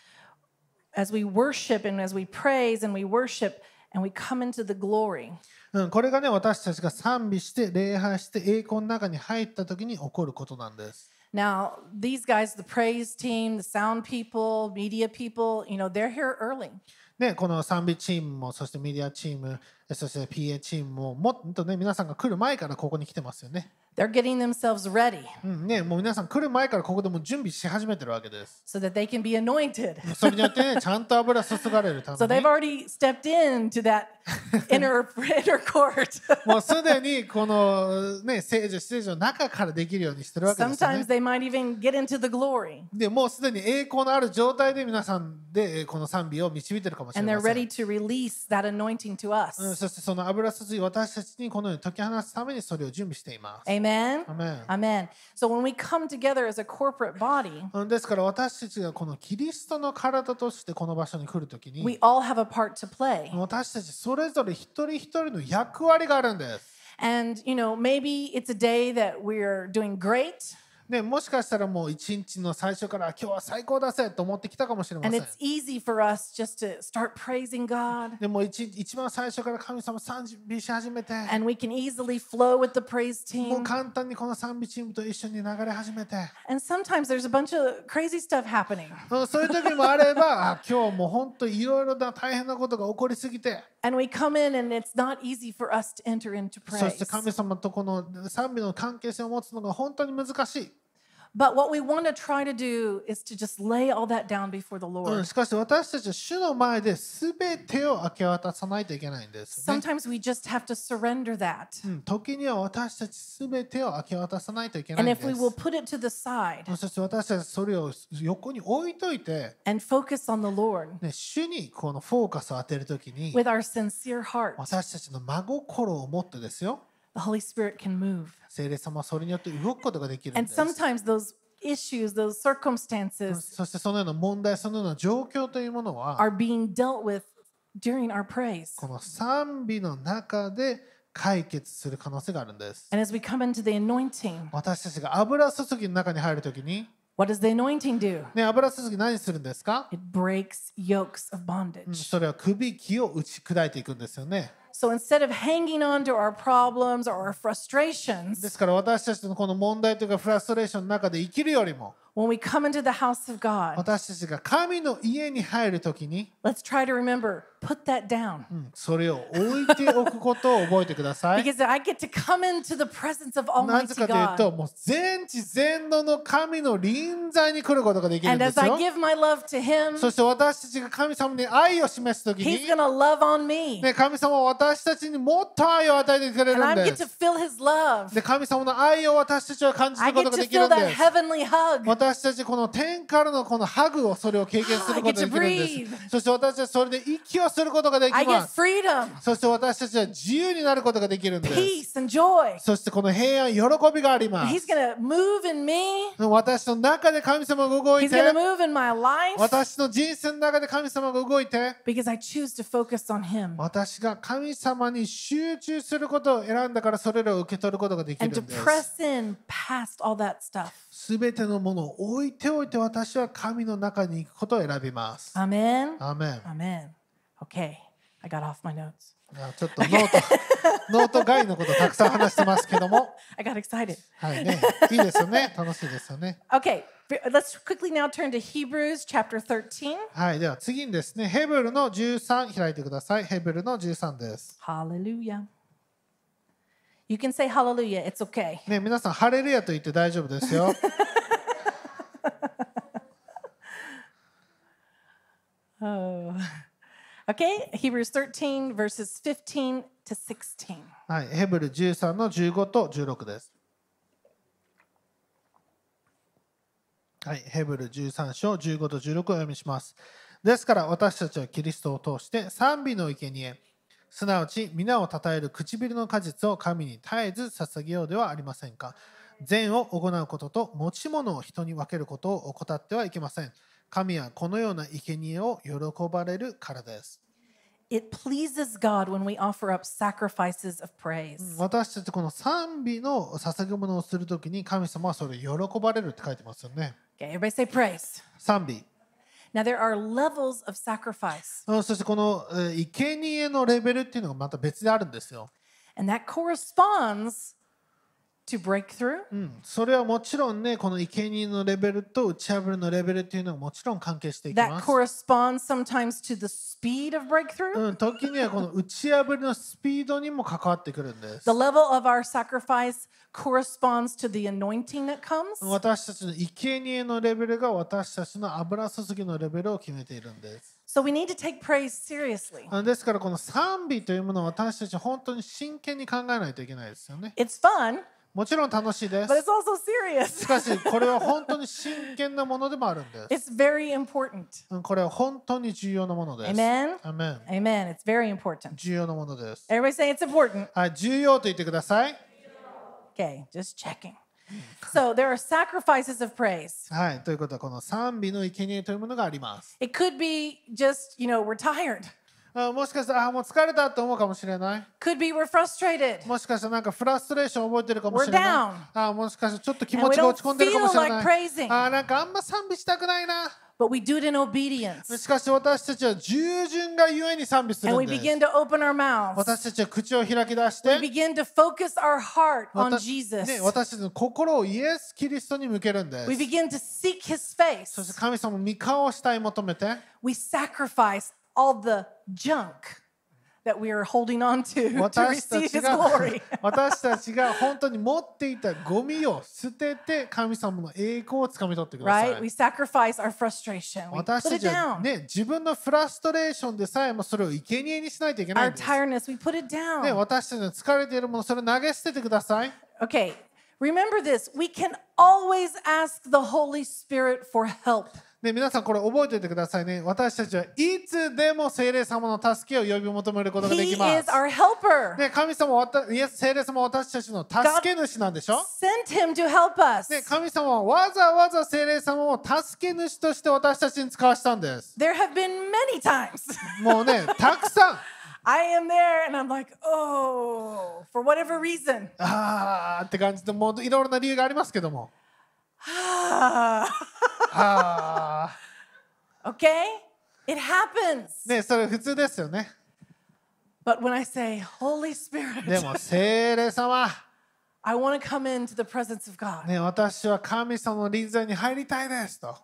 as we worship and as we praise and we worship and we come into the glory.
うん、これがね、私たちが賛美して、礼拝して、栄光の中に入った時に起こることなんです。
Now, these guys, the praise team, the sound people, media people, you know, they're here early.
ね、この賛美チームも、そしてメディアチーム、そして PA チームも、もっとね、皆さんが来る前からここに来てますよね。
They're getting themselves ready
うんね、もう皆さん来る前からここでもう準備し始めてるわけです。
so that they can be anointed.
それによって ね、ちゃんと油注がれるた
So
め
they've
に、
already stepped into that inner inner court.
もうすでにこのね、聖女、聖女の中からできるようにしてるわけですよ
Sometimes
ね。
they might even get into the glory
でもうすでに栄光のある状態で皆さんでえーこの賛美を導いてるかもしれ
and they're
ませ
ready
ん。
to release that anointing to
うん、
us.
そしてその油注ぎ私たちにこのように解き放つためにそれを準備しています。
Amen.
アメン
Amen. So when we come together as a corporate body,
うんですから私たちがこのキリストの体としてこの場所に来るとき
we
に
all have a part to play.
私たちそれぞれ一人一人の役割があるんです。
And you know, maybe it's a day that we're doing great
ね、もしかしたらもう一日の最初から今日は最高だぜと思ってきたかもしれま
and
せん
it's。easy for us just to start praising God
でも一日一番最初から神様賛美し始めて、
and we can easily flow with the praise
もう
team.
簡単にこの賛美チームと一緒に流れ始めて、
And sometimes there's a bunch of crazy stuff happening
うんそういう時もあれば、あ今日もう本当いろいろな大変なことが起こりすぎて、
and we come in and it's not easy for us to enter into
そし
praise.
て神様とこの賛美の関係性を持つのが本当に難しい。
But what we want to try to do is to just lay all that down before the
う
Lord.
ん、しかし私たちは主の前で全てを明け渡さないといけないんですよね、
Sometimes we just have to surrender that.
うん時には私たち全てを明け渡さないといけない
And
んで
if we。
す
will put it to the side
そして私たちはそれを横に置いといて、
and focus on the Lord
ね、主にこのフォーカスを当てるときに
with our sincere heart,
私たちの真心を持ってですよ
the Holy Spirit can move.
聖霊様はそれによって動くことができるん
And
です
sometimes those issues, those circumstances
そしてそのような問題そのような状況というものは
are being dealt with during our praise.
この賛美の中で解決する可能性があるんです
And as we come into the anointing,
私たちが油注ぎの中に入るときに、
what does the anointing do?
ね、油注ぎ何するんですか
It breaks yokes of
うん
bondage.
それは首輝きを打ち砕いていくんですよね
So instead of hanging on to our problems or our
で
frustrations,
すから私たちのこの問題というかフラストレーションの中で生きるよりも
when we come into the house of God,
私たちが神の家に入るときに、
let's try to remember put that down.
うんそれを置いておくことを覚えてください。
Because I get to come into the presence of
なぜ
Almighty
かとい
God.
うと、もう全知全能の神の臨在に来ることができるん
And
で
as
す
I
よ。
give my love to Him,
そして私たちが神様に愛を示すとき
He's
に、
going to love on me.
ね、神様は私たちにもっと愛を与えてくれ
And
る
I
ん
get
で
to
す。
feel His love.
で、神様の愛を私たちは感じ
I
るこ
get
とが
to
できる
feel
んで
that
す。
heavenly hug.
私たちこの天からのこのハグをそれを経験することができるん
I get to
です
breathe.。
そして私たちはそれで息をすることがで
I
きま
get
す
freedom,
そして私たちは自由になることができるんです
peace, and joy.
そしてこの平安喜びがあります
He's going to move in me.
私の中で神様が動い
He's
て
going to move in my life
私の人生の中で神様が動いて
because I choose to focus on Him
私が神様に集中することを選んだからそれらを受け取ることができる
and to
んです。
press in past all that stuff.
すべてのものを置いておいて私は神の中に行くことを選びます。
Amen.
アーメン。
Amen. Okay, I got off my notes.
あちょっとノート、ノート外のことたくさん話してますけども、
I got excited.
はいね、いいですよね。楽しいですよね。
Okay, let's quickly now turn to Hebrews chapter 13.
はい、では次にですね、ヘブルの13開いてください。ヘブルの13です。
Hallelujah. You can say hallelujah. It's okay.
ね、皆さん、ハレルヤと言って大丈夫ですよ。
Oh. Okay, Hebrews 13, verses 15 to 16.
はい、ヘブル13の15と16です。はい、ヘブル13章15と16をお読みします。ですから私たちはキリストを通して賛美の生贄すなわち皆を称える唇の果実を神に絶えず捧げようではありませんか。善を行うことと持ち物を人に分けることを怠ってはいけません。神はこのような生贄を喜ばれるからです。
It pleases God when we offer up sacrifices of praise.
私たちこの賛美の捧げ物をするときに神様はそれを喜ばれるって書いてますよね。
Okay, everybody say praise.
賛美。
Now, there are levels of sacrifice,
うんそしてこのえー生贄のレベルっていうのがまた別であるんですよ。
and that corresponds to breakthrough,
うん、それはもちろんねこの生贄のレベルと打ち破りのレベルっていうのがもちろん関係していき
that
ます。
corresponds sometimes to the speed of breakthrough.
うん、時にはこの打ち破りのスピードにも関わってくるんです
The。level of our sacrifice corresponds to the anointing that comes.
私たちの生贄のレベルが私たちの油注ぎのレベルを決めているんです。
So we need to take praise seriously.
あですからこの賛美というものを私たち本当に真剣に考えないといけないですよね。
It's fun,
もちろん楽しいで
but it's
す。
also serious.
しかし、これは本当に真剣なものでもあるんです。
It's very important.
うんこれは本当に重要なものです。
Amen.
アメン
Amen. It's very important.
重要なものです。
Everybody say it's important.
はい、重要と言ってください。
Okay, just checking. So there are sacrifices of praise.
はい、ということは、この賛美の生贄というものがあります。
It could be just, you know, we're tired.
あもしかしたら、あもう疲れたと思うかもしれない。
Could be we're frustrated
もしかしたら、なんかフラストレーションを覚えてるかもしれ
We're
ない。あもしかしたら、ちょっと気持ちが落ち込んでるかもしれ
And
な
we don't
い
feel like。praising.
あなんかあんま賛美したくないな。
but we do it in obedience.
しかし、私たちは従順がゆえに賛美す
And we
るんです
begin。to open our mouths.
私たちは口を開き出し
We
て、
begin to focus our heart
わ
on
た
Jesus.
ね、私たちの心をイエス・キリストに向けるんで
We
す。
begin to seek his
そして
face.
神様の御顔をしたい 求めて、
We sacrifice all the junk that we are holding on to to
私た
receive
ち
his
が
glory.
私たちが本当に持っていたゴミを捨てて神様の栄光をつかみ取ってくださ
Right? We
い。
sacrifice our frustration. We put
私た
it
ちは、
down.
ね、自分のフラストレーションでさえもそれを生贄にしないといけない
Our
んです。
tiredness, we
ね、
put it down.
私たちの疲れているもの、それを投げ捨ててください。
Okay. Remember this we can always ask the Holy Spirit for help.
ね、皆さんこれ覚えておいてくださいね。私たちはいつでも聖霊様の助けを呼び求めることがで
He
きま
is
す。
our helper.
ね、神様はわた、イエス聖霊様は私たちの助け主なんでしょ
Send him to help us.
ね、神様はわざわざ聖霊様を助け主として私たちに使わしたんです。
There have been many times
もうね、たくさん。
I am there and I'm like, oh, for whatever reason.
あーって感じで、もういろいろな理由がありますけども。
Ah.
あ
Okay? It happens.
ー。ね、それ普通ですよね。
But when I say, Holy
で
Spirit,
も、聖霊様、
I want to come into the presence of God.
ね、私は神様の臨在に入りたいですと。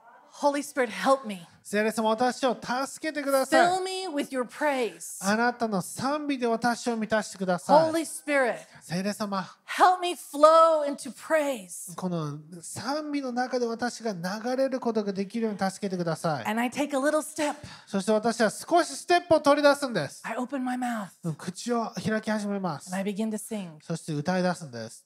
Holy Spirit, help me.
聖霊様、私を助けてください。
Fill me with your praise.
あなたの賛美で私を満たしてください。
Holy Spirit,
聖霊様。
help me flow into praise.
この賛美の中で私が流れることができるように助けてください。
And I take a little step.
そして私は少しステップを取り出すんです。
I open my mouth
口を開き始めます
and。I begin to sing.
そして歌い出すんです。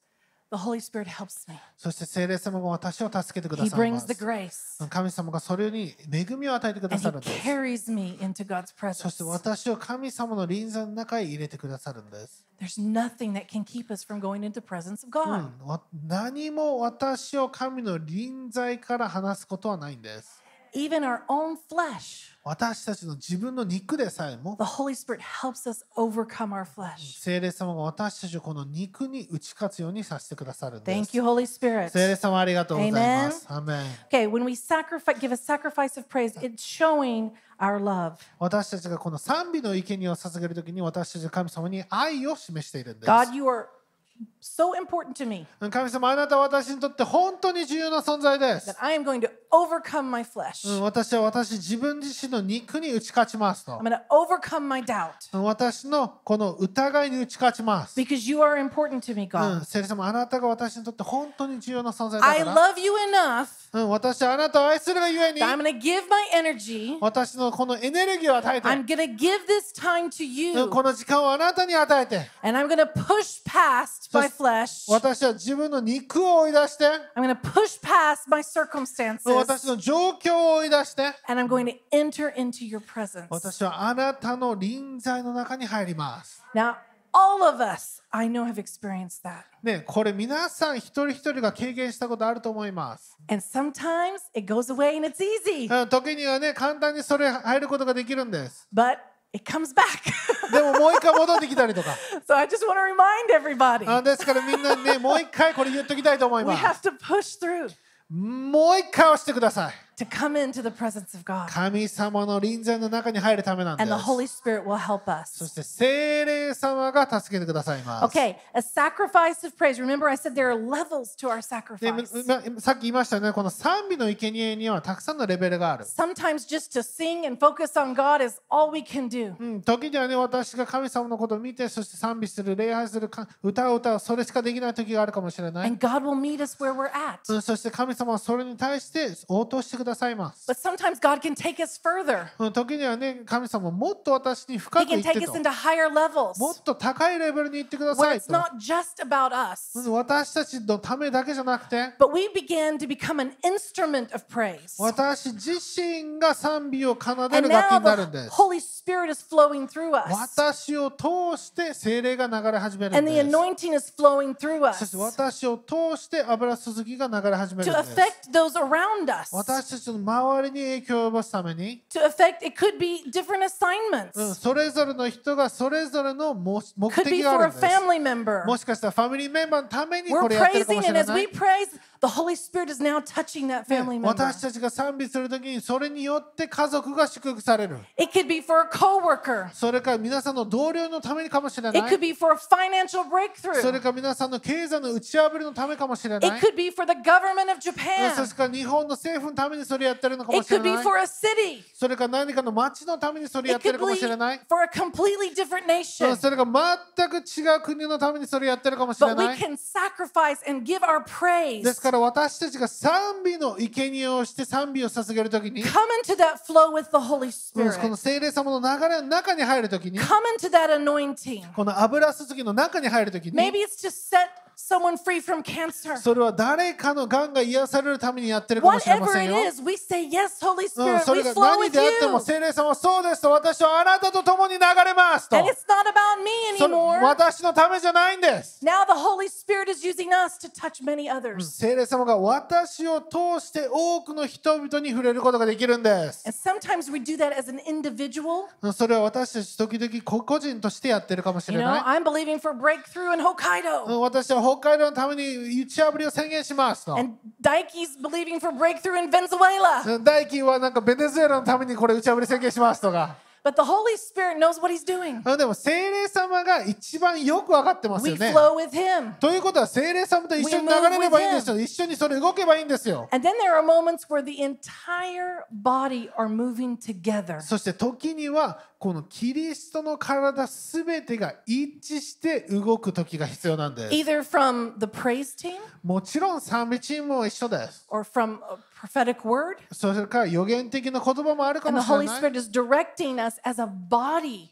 The Holy Spirit helps me.
そして聖霊様が私を助けてくだ
He
さいま
brings
す
the grace
神様がそれに恵みを与えてくだ
and
さ
He
るんです
carries me into God's
そして
presence.
私を神様の臨座の中へ入れてくださるんです、
There's nothing that can keep us from going into presence of
うん
God.
わ何も私を神の臨在から離すことはないんです
Even our own flesh,
私たちの自分の肉でさえも
the Holy Spirit helps us overcome our flesh.
聖霊様が私たちをこの肉に打ち勝つようにさせてくださるんです
Thank you, Holy Spirit.
聖霊様ありがとうございますアーメン
Okay, when we sacrifice, give a sacrifice of praise, it's showing our love.
私たちがこの賛美の生贄を捧げるときに私たちは神様に愛を示しているんです
God, you are so important to me
神様あなたは私にとって本当に重要な存在で
that
す、
I am going to overcome my flesh.
うん、
I'm
私は私自分自身の肉に打ち勝ちますと
going to overcome my doubt
うん私のこの疑いに打ち勝ちます、
because you are important to me,
う
God.
ん、聖霊様あなたが私にとって本当に重要な存在だ
I
から、
love you enough
うん、私はあなたを愛するがゆえに
that I'm going to give my energy.
私のこのエネルギーを与え
I'm
て、
going to give this time to
うん
you
この時間をあなたに与えて
and I'm going to push past my flesh. I'm
私は自分の肉を追い出して
going to push past my
うん
circumstances
私の状況を追い出して
and I'm going to enter into your presence.
私はあなたの臨在の中に入ります。
Now, all of us, I know, have experienced that.
ね、これ皆さん一人一人が経験したことあると思います。
And sometimes it goes away and it's easy,
うん時にはね、簡単にそれ入ることができるんです。
but it comes back.
でももう一回戻ってきたりとか。
so I just want to remind everybody
あですからみんなね、もう一回これ言っときたいと思い
we
ま
have
す。
to push through
もう一回押してください。
to come into the presence of God.
神様の臨在の中に入るためなんで
And the
す。
Holy Spirit will help
そ
us.
して聖霊様が助けてくださいます。
Okay, a sacrifice of praise. Remember, I said there are levels to our
で
sacrifice.
ままさっき言いましたよね、この賛美の生贄にはたくさんのレベルがある。
Sometimes just to sing and focus on God is all we can do.
うん、時にはね、私が神様のことを見て、そして賛美する、礼拝する、か歌を歌う、それしかできない時があるかもしれない。
And God will meet us where we're at.
うんそして神様はそれに対して応答してくださいます。
But sometimes God can take us further,
うん、時にはね、神様はもっと私に
He
深く言
can
っ
take
て
us
と、
into higher
も
levels.
っと高いレベルに行ってくださ
where
い
it's
と。
not just about
う
us,
ん私たちのためだけじゃなくて、
but we begin to become an instrument of praise.
私自身が賛美を奏で
And
る楽器
now
になるんで
the
す。
Holy Spirit is flowing through us,
私を通して精霊が流れ始めるん
and the
です。
anointing is flowing through
そして
us
私を通して油注ぎが流れ始めるん
to
です。
affect those around us.
私たちの周りに影響を及ぼすために、
To affect, it could be different
うん、
assignments,
それぞれの人がそれぞれの目
could
的
be
があ
for a
るんです。
family member.
もしかしたらファミリーメンバーのために
We're
これやってるかも
praising,
し
and
れな
as we
い。
praise, the Holy Spirit is now touching that family
ね
member.
私たちが賛美するときにそれによって家族が祝福される。
It could be for a coworker.
それから皆さんの同僚のためにかもしれな
It
い
could。be for a financial
そ
breakthrough.
れから皆さんの経済の打ち破りのためかもしれな
It
い。
could be for the government of
うん
Japan.
それから日本の政府のためにそれやってるのかも
It
しれ
could be
ない。
for a city.
それから何かの町のためにそれや
It
ってる
could
かもしれ
be
ない。
for a completely different
うん
nation.
それが全く違う国のためにそれやってるかもしれ
But
な
we
い。
can sacrifice and give our
です
praise.
から私たちが賛美の生贄をして賛美を捧げるときに、
Come into that flow with the Holy
うんこ
Spirit.
の聖霊様の流れの中に入るときに、
Come into that anointing.
この油注ぎの中に入るとき
Maybe
に、
it's to set someone free from cancer.
それは誰かのがんが癒されるためにやってるかもしれま
Whatever
せん
it
よ。
is, we say, Yes, Holy
うん、
Spirit,
そ
we
れが
flow
何
with
であっても
you.
聖霊様はそうですと私はあなたと共に流れますと
And it's not about me
それ
anymore.
私のためじゃないんです
Now the Holy Spirit is using us to touch many others.
聖霊様が私を通して多くの人々に触れることができるんです
And sometimes we do that as an individual.
それは私たち時々個々人としてやってるかもし
You
れ
know,
ない。
I'm believing for breakthrough in Hokkaido.
私は北海道のために打ち破りを宣言しますと。
And Dikey's believing for breakthrough in Venezuela.
大輝はなんかベネズエラのためにこれ打ち破り宣言しますとか。
But the Holy Spirit knows what he's doing.
でも聖霊様が一番よく分かってます
We
よね。
flow with him.
ということは聖霊様と一緒に流れればいいんですよ。一緒にそれ動けばいいんですよ。
And then there are moments where the entire body are moving together.
そして時にはこのキリストの体すべてが一致して動く時が必要なんです。
Either from the praise team
もちろん賛美チームも一緒です。
or from a prophetic word.
それから予言的な言葉もあるか
And
も
the
しれ
Holy
ない。
Spirit is directing us as a body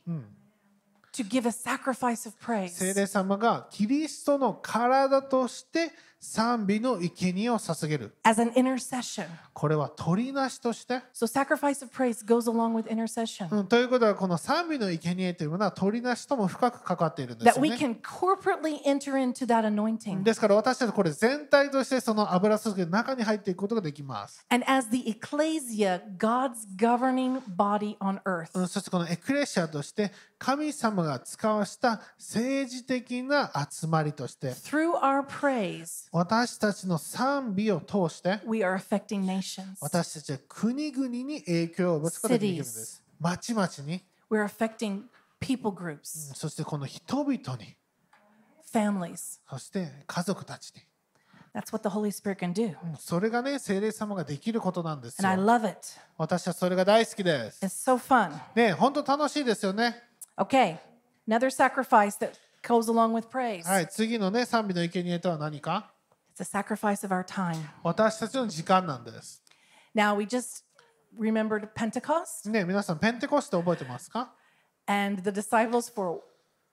to give a sacrifice of
聖
praise.
霊様がキリストの体として賛美の生贄を捧げる
as an intercession.
これは鳥なしとして、
So sacrifice of praise goes along with intercession.
うん、ということはこの賛美の生贄というものは鳥なしとも深く関わっているんです
That
よ
we
ね
can corporately enter into that anointing.
ですから私たちこれ全体としてその油注ぎの中に入っていくことができます、
And as the ecclesia, God's governing body on earth,
うん、そしてこのエクレシアとして神様が使わした政治的な集まりとして
through our praise,
私たちの賛美を通して
we are affecting nations.
私たちは国々に影響を及ぼすことができるんです町々に
We're affecting people groups,
そしてこの人々に
families.
そして家族たちに
That's what the Holy Spirit can do.
うんそれがね聖霊様ができることなんです
And I
よ
love it.
私はそれが大好きです、
It's so fun.
ね、本当楽しいですよね
Okay, another sacrifice that goes along with praise.
はい次のね賛美の生贄とは何か
It's a sacrifice of our time.
私たちの時間なんです、
Now, we just remembered Pentecost.
ね、皆さんペンテコステ覚えてますか
and the disciples for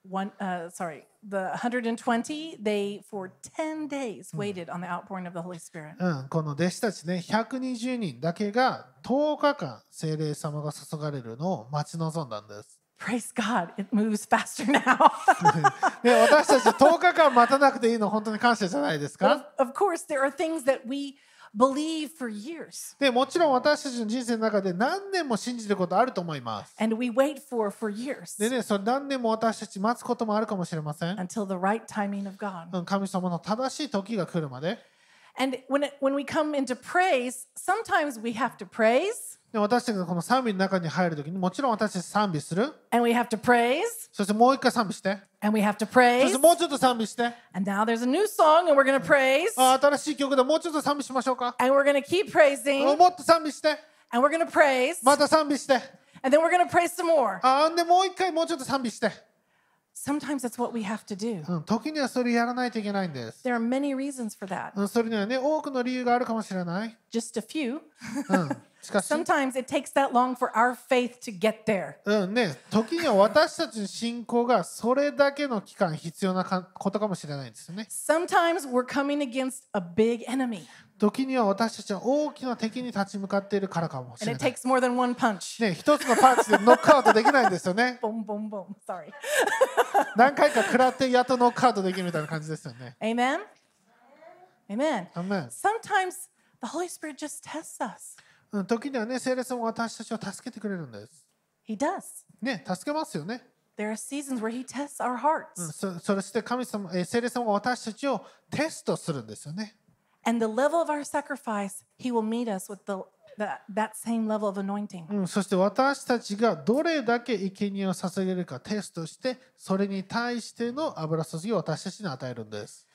one uh, sorry the 120 they for 10 days waited on the outpouring of the holy spirit
うん、この弟子たちね120人だけが10日間聖霊様が注がれるのを待ち望んだん です、
praise god it moves faster now
ね、私たち10日間待たなくていいの本当に感謝じゃないです
But of,
か
of course there are things that we believe for years
でもちろん私たちの人生の中で何年も信じることあると思います
and we wait for for years
でねそれ何年も私たち待つこともあるかもしれません
until the right timing of god
うん神様の正しい時が来るまで
and when it, when we come into praise sometimes we have to praise
で私たちがこの賛美の中に入る時にもちろん私たち賛美する
and we have to praise
そしてもう一回賛美して
and we have to
そ
praise
してもうちょっと賛美して
and now there's a new song and we're going to praise
あ新しい曲だもうちょっと賛美しましょうか
and we're going to keep praising
もっと賛美して
and we're going to praise
また賛美して
and then we're going to praise some more.
あでもう一回もうちょっと賛美して、
Sometimes that's what we have to do.
うん、時にはそれやらないといけないんです、
There are many reasons for that.
うん、それにはね多くの理由があるかもしれない、
Just a few.
うん、しかし
Sometimes it takes that long for our faith to get there.
うんね、時には私たちの信仰がそれだけの期間必要なかことかもしれないんですよね。
Sometimes we're coming against a big enemy
時には私たちは大きな敵に立ち向かっているからかもし
and
れ
it
ない。
takes more than one punch.
ね、一つのパンチでノックアウトできないんです よね。
Boom, boom, boom. Sorry.
何回か食らってやっとノックアウトできるみたいな感じですよね。
Amen. Amen.
アーメン
Sometimes the Holy Spirit just tests us.
うん、時にはね、聖霊様は私たちを助けてくれるんです。
He does.
ね、助けますよね。
There are seasons where He tests our
うん、
hearts.
そそして神様、えー聖霊様が私たちをテストするんですよね。
And the level of our sacrifice, He will meet us with the, that, that same level of anointing.
うん、そして私たちがどれだけ生贄を捧げるかテストしてそれに対しての油注ぎを私たちに与えるんです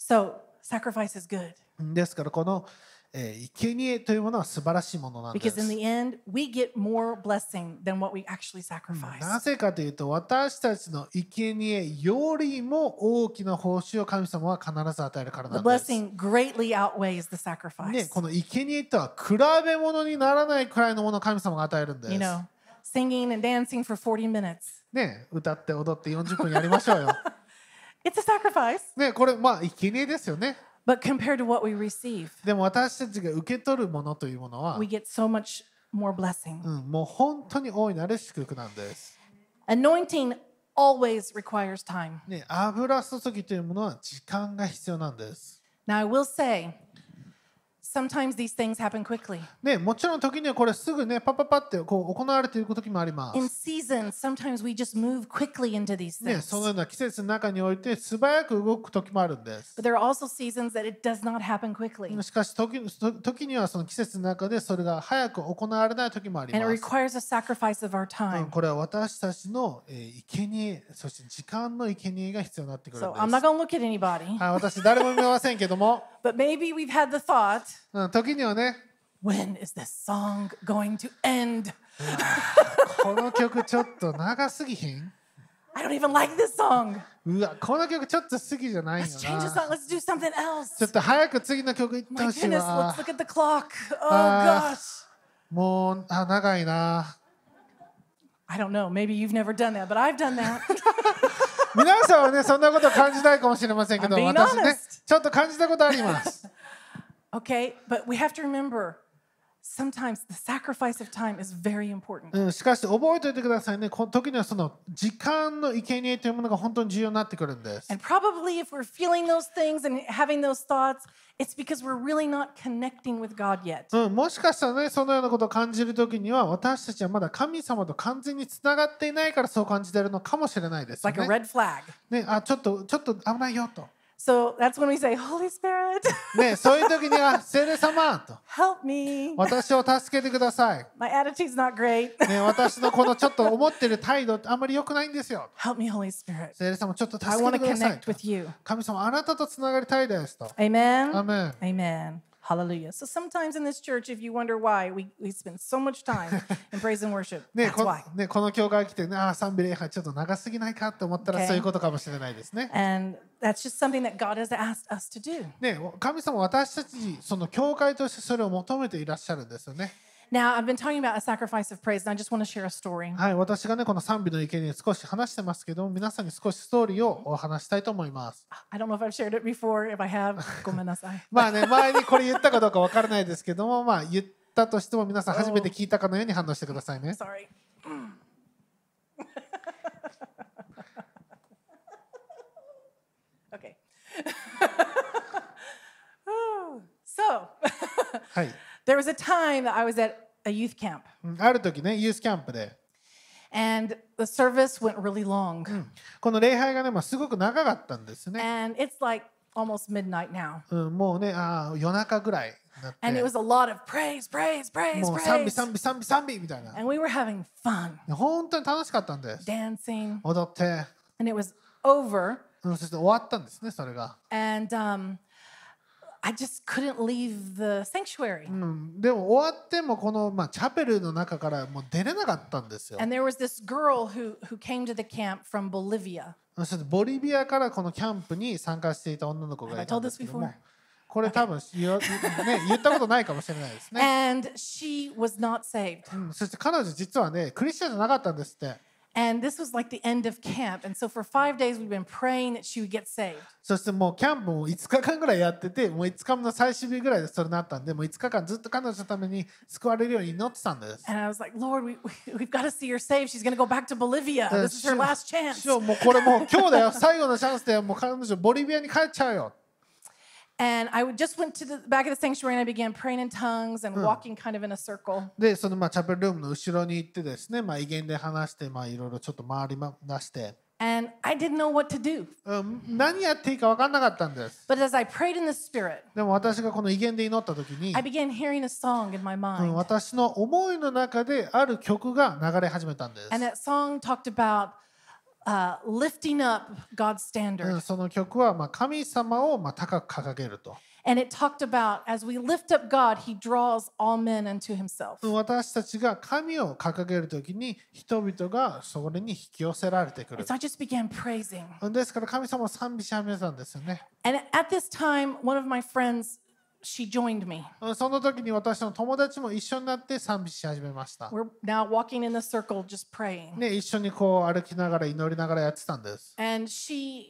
So sacrifice is good
うんですからこの、えー、生贄というものは素晴らしいものなんで
because
す
in the end, we get more blessing than what we actually
な
sacrifice.
ぜかというと私たちの生贄よりも大きな報酬を神様は必ず与えるから
The
なんです、ね、
blessing greatly outweighs the sacrifice.
この生贄とは比べ物にならないくらいのものを神様が与えるんです
You know, singing and dancing for 40 minutes.
ね歌って踊って40分やりましょうよ
It's a sacrifice,
ねこれまあ生贄ですよね
but compared to what we receive,
でも私たちが受け取るものというものは
we、get so much more blessing.
うん、もう本当に大いなる祝福なんです。
Anointing always requires time.
ね、油注ぎというものは時間が必要なんです。
Now, I will say, sometimes these things happen quickly.
ね、もちろん時にはこれすぐねパパパってこう行われている時もありま
In
す。
seasons, sometimes we just move quickly into these
ね、
things.
そのような季節の中において素早く動く時もあるんです
But。there are also seasons that it does not happen quickly.
しかし時時にはその季節の中でそれが早く行われない時もあり
And it
ます。
requires a sacrifice of our
うん
time.
これは私たちの、えー、生贄そして時間の生贄が必要になってくるん
So
です。
I'm not going to look at anybody,
はい、私誰も見ませんけども、
but maybe we've had the thought,
うん、時にはね
when is this song going to end?
この曲ちょっと長すぎひん
I don't even like this song.
うわこの曲ちょっと好きじゃないよ
Let's change the
な
song. Let's do something
ちょ
else.
っと早く次の曲いってほ
My
しい
goodness,
わ
let's look at the clock. Oh
Ah.
gosh.
もうあ長いな
I don't know. Maybe you've never done that, but I've done that.
皆さんはねそんなこと感じないかもしれませんけど
I'm being
私ね
honest.
ちょっと感じたことあります
okay, but we have to remember sometimes the sacrifice of time is very important.
うん、しかし覚えておいてくださいねこの時にはその時間の生贄というものが本当に重要になってくるんです
And probably if we're feeling those things and having those thoughts, it's because we're really not connecting with God yet.
うん、もしかしたらねそのようなことを感じる時には私たちはまだ神様と完全につながっていないからそう感じているのかもしれないですよ
Like a
ね。
red flag.
ねあちょっとちょっと危ないよと。
So that's when we say, Holy Spirit,
ねそういう時には「聖霊様」と
help me.
「私を助けてください
My attitude's not great.」
ね私のこのちょっと思ってる態度あんまり良くないんですよ。
Help me, Holy Spirit.
聖霊様ちょっと助
I
け
want
て
to
ください
connect。with you.
神様あなたとつながりたいですと。
Amen.
アーメン
Amen. Hallelujah. So sometimes in this church, if you wonder why we, we spend so much time in praise and worship,
ね
that's
この
why.
ね、この教会来てね、ああ、賛美礼拝ちょっと長すぎないかって思ったら、
Okay.
そういうことかもしれないですね。
And that's just something that God has asked us to do.
ね、神様は私たちにその教会としてそれを求めていらっしゃるんですよね。
Now, I've been talking about a sacrifice of praise, and I just want to share a story.
はい、私がねこの賛美の意見に少し話してますけども、皆さんに少しストーリーをお話したいと思います。
I don't know if I've shared it before. If I have, gomenasai.
まあね前にこれ言ったかどうかわからないですけど も、まあ言ったとしても皆さん初めて聞いたかのように反応してくださいね。
Sorry. okay. Whew. so,
はい。
there was a time that I was at a youth camp,
うんある時ねユースキャンプで
and the service went really long.
この礼拝がねまあすごく長かったんですね。
And it's like almost midnight now.
うん、もうねあー夜中ぐらいになって。
And it was a lot of praise, praise, praise,
もう賛美
praise.
賛美賛美賛美みたいな
And we were having fun,
本当に楽しかったんです
dancing,
踊って、
and it was over.
うん、そして終わったんですねそれが、
And um, I just couldn't leave the sanctuary.
うん、でも終わってもこの、まあ、チャペルの中からもう出れなかったんですよ
And there was this girl who, who came to the camp from Bolivia.
そしてボリビアからこのキャンプに参加していた女の子がいたんですけど
Have I told
も
this before?
これ多分言 わ、ね、言ったことないかもしれないですね、
And she was not saved.
うん、そして彼女実はねクリスチャンじゃなかったんですって
And this was like the end of camp. And so for five days, we've been praying that she would get saved.
そしてもうキャンプも5日間ぐらいやっててもう5日目の最終日ぐらいでそれになったんでもう5日間ずっと彼女のために救われるように祈ってたんです
And I was like, Lord, we, we, we've got to see her saved. She's going to go back to Bolivia. This is her
主
last chance.
主よもうこれもう今日だよ最後のチャンスだよもう彼女ボリビアに帰っちゃうよ
And I would- just went to the back of the sanctuary and I began praying in tongues and walking kind of in a circle.
でそのまあチャペルルームの後ろに行ってですねまあ威厳で話してまあいろいろちょっと回りま出して、
And I didn't know what to do.
うん、何やっていいか分かんなかったんです
But as I prayed in the spirit,
でも私がこの威厳で祈った時に
I、began hearing a song in my
うん、
mind.
私の思いの中である曲が流れ始めたんです
And that song talked about uh, lifting up God's
う
standard.
ん、その曲はまあ神様をまあ高く掲げると
And it talked about as we lift up God, he draws all men unto himself.
うん私たちが神を掲げる時に人々がそれに引き寄せられてくる
And so I just began praising.
うんですから神様を賛美し始めたんですよね
And at this time, one of my friends, she joined me.
その時に私の友達も一緒になって賛美し始めました。
We're now walking in the circle just praying.
ね、一緒にこう歩きながら祈りながらやってたんです。
And she,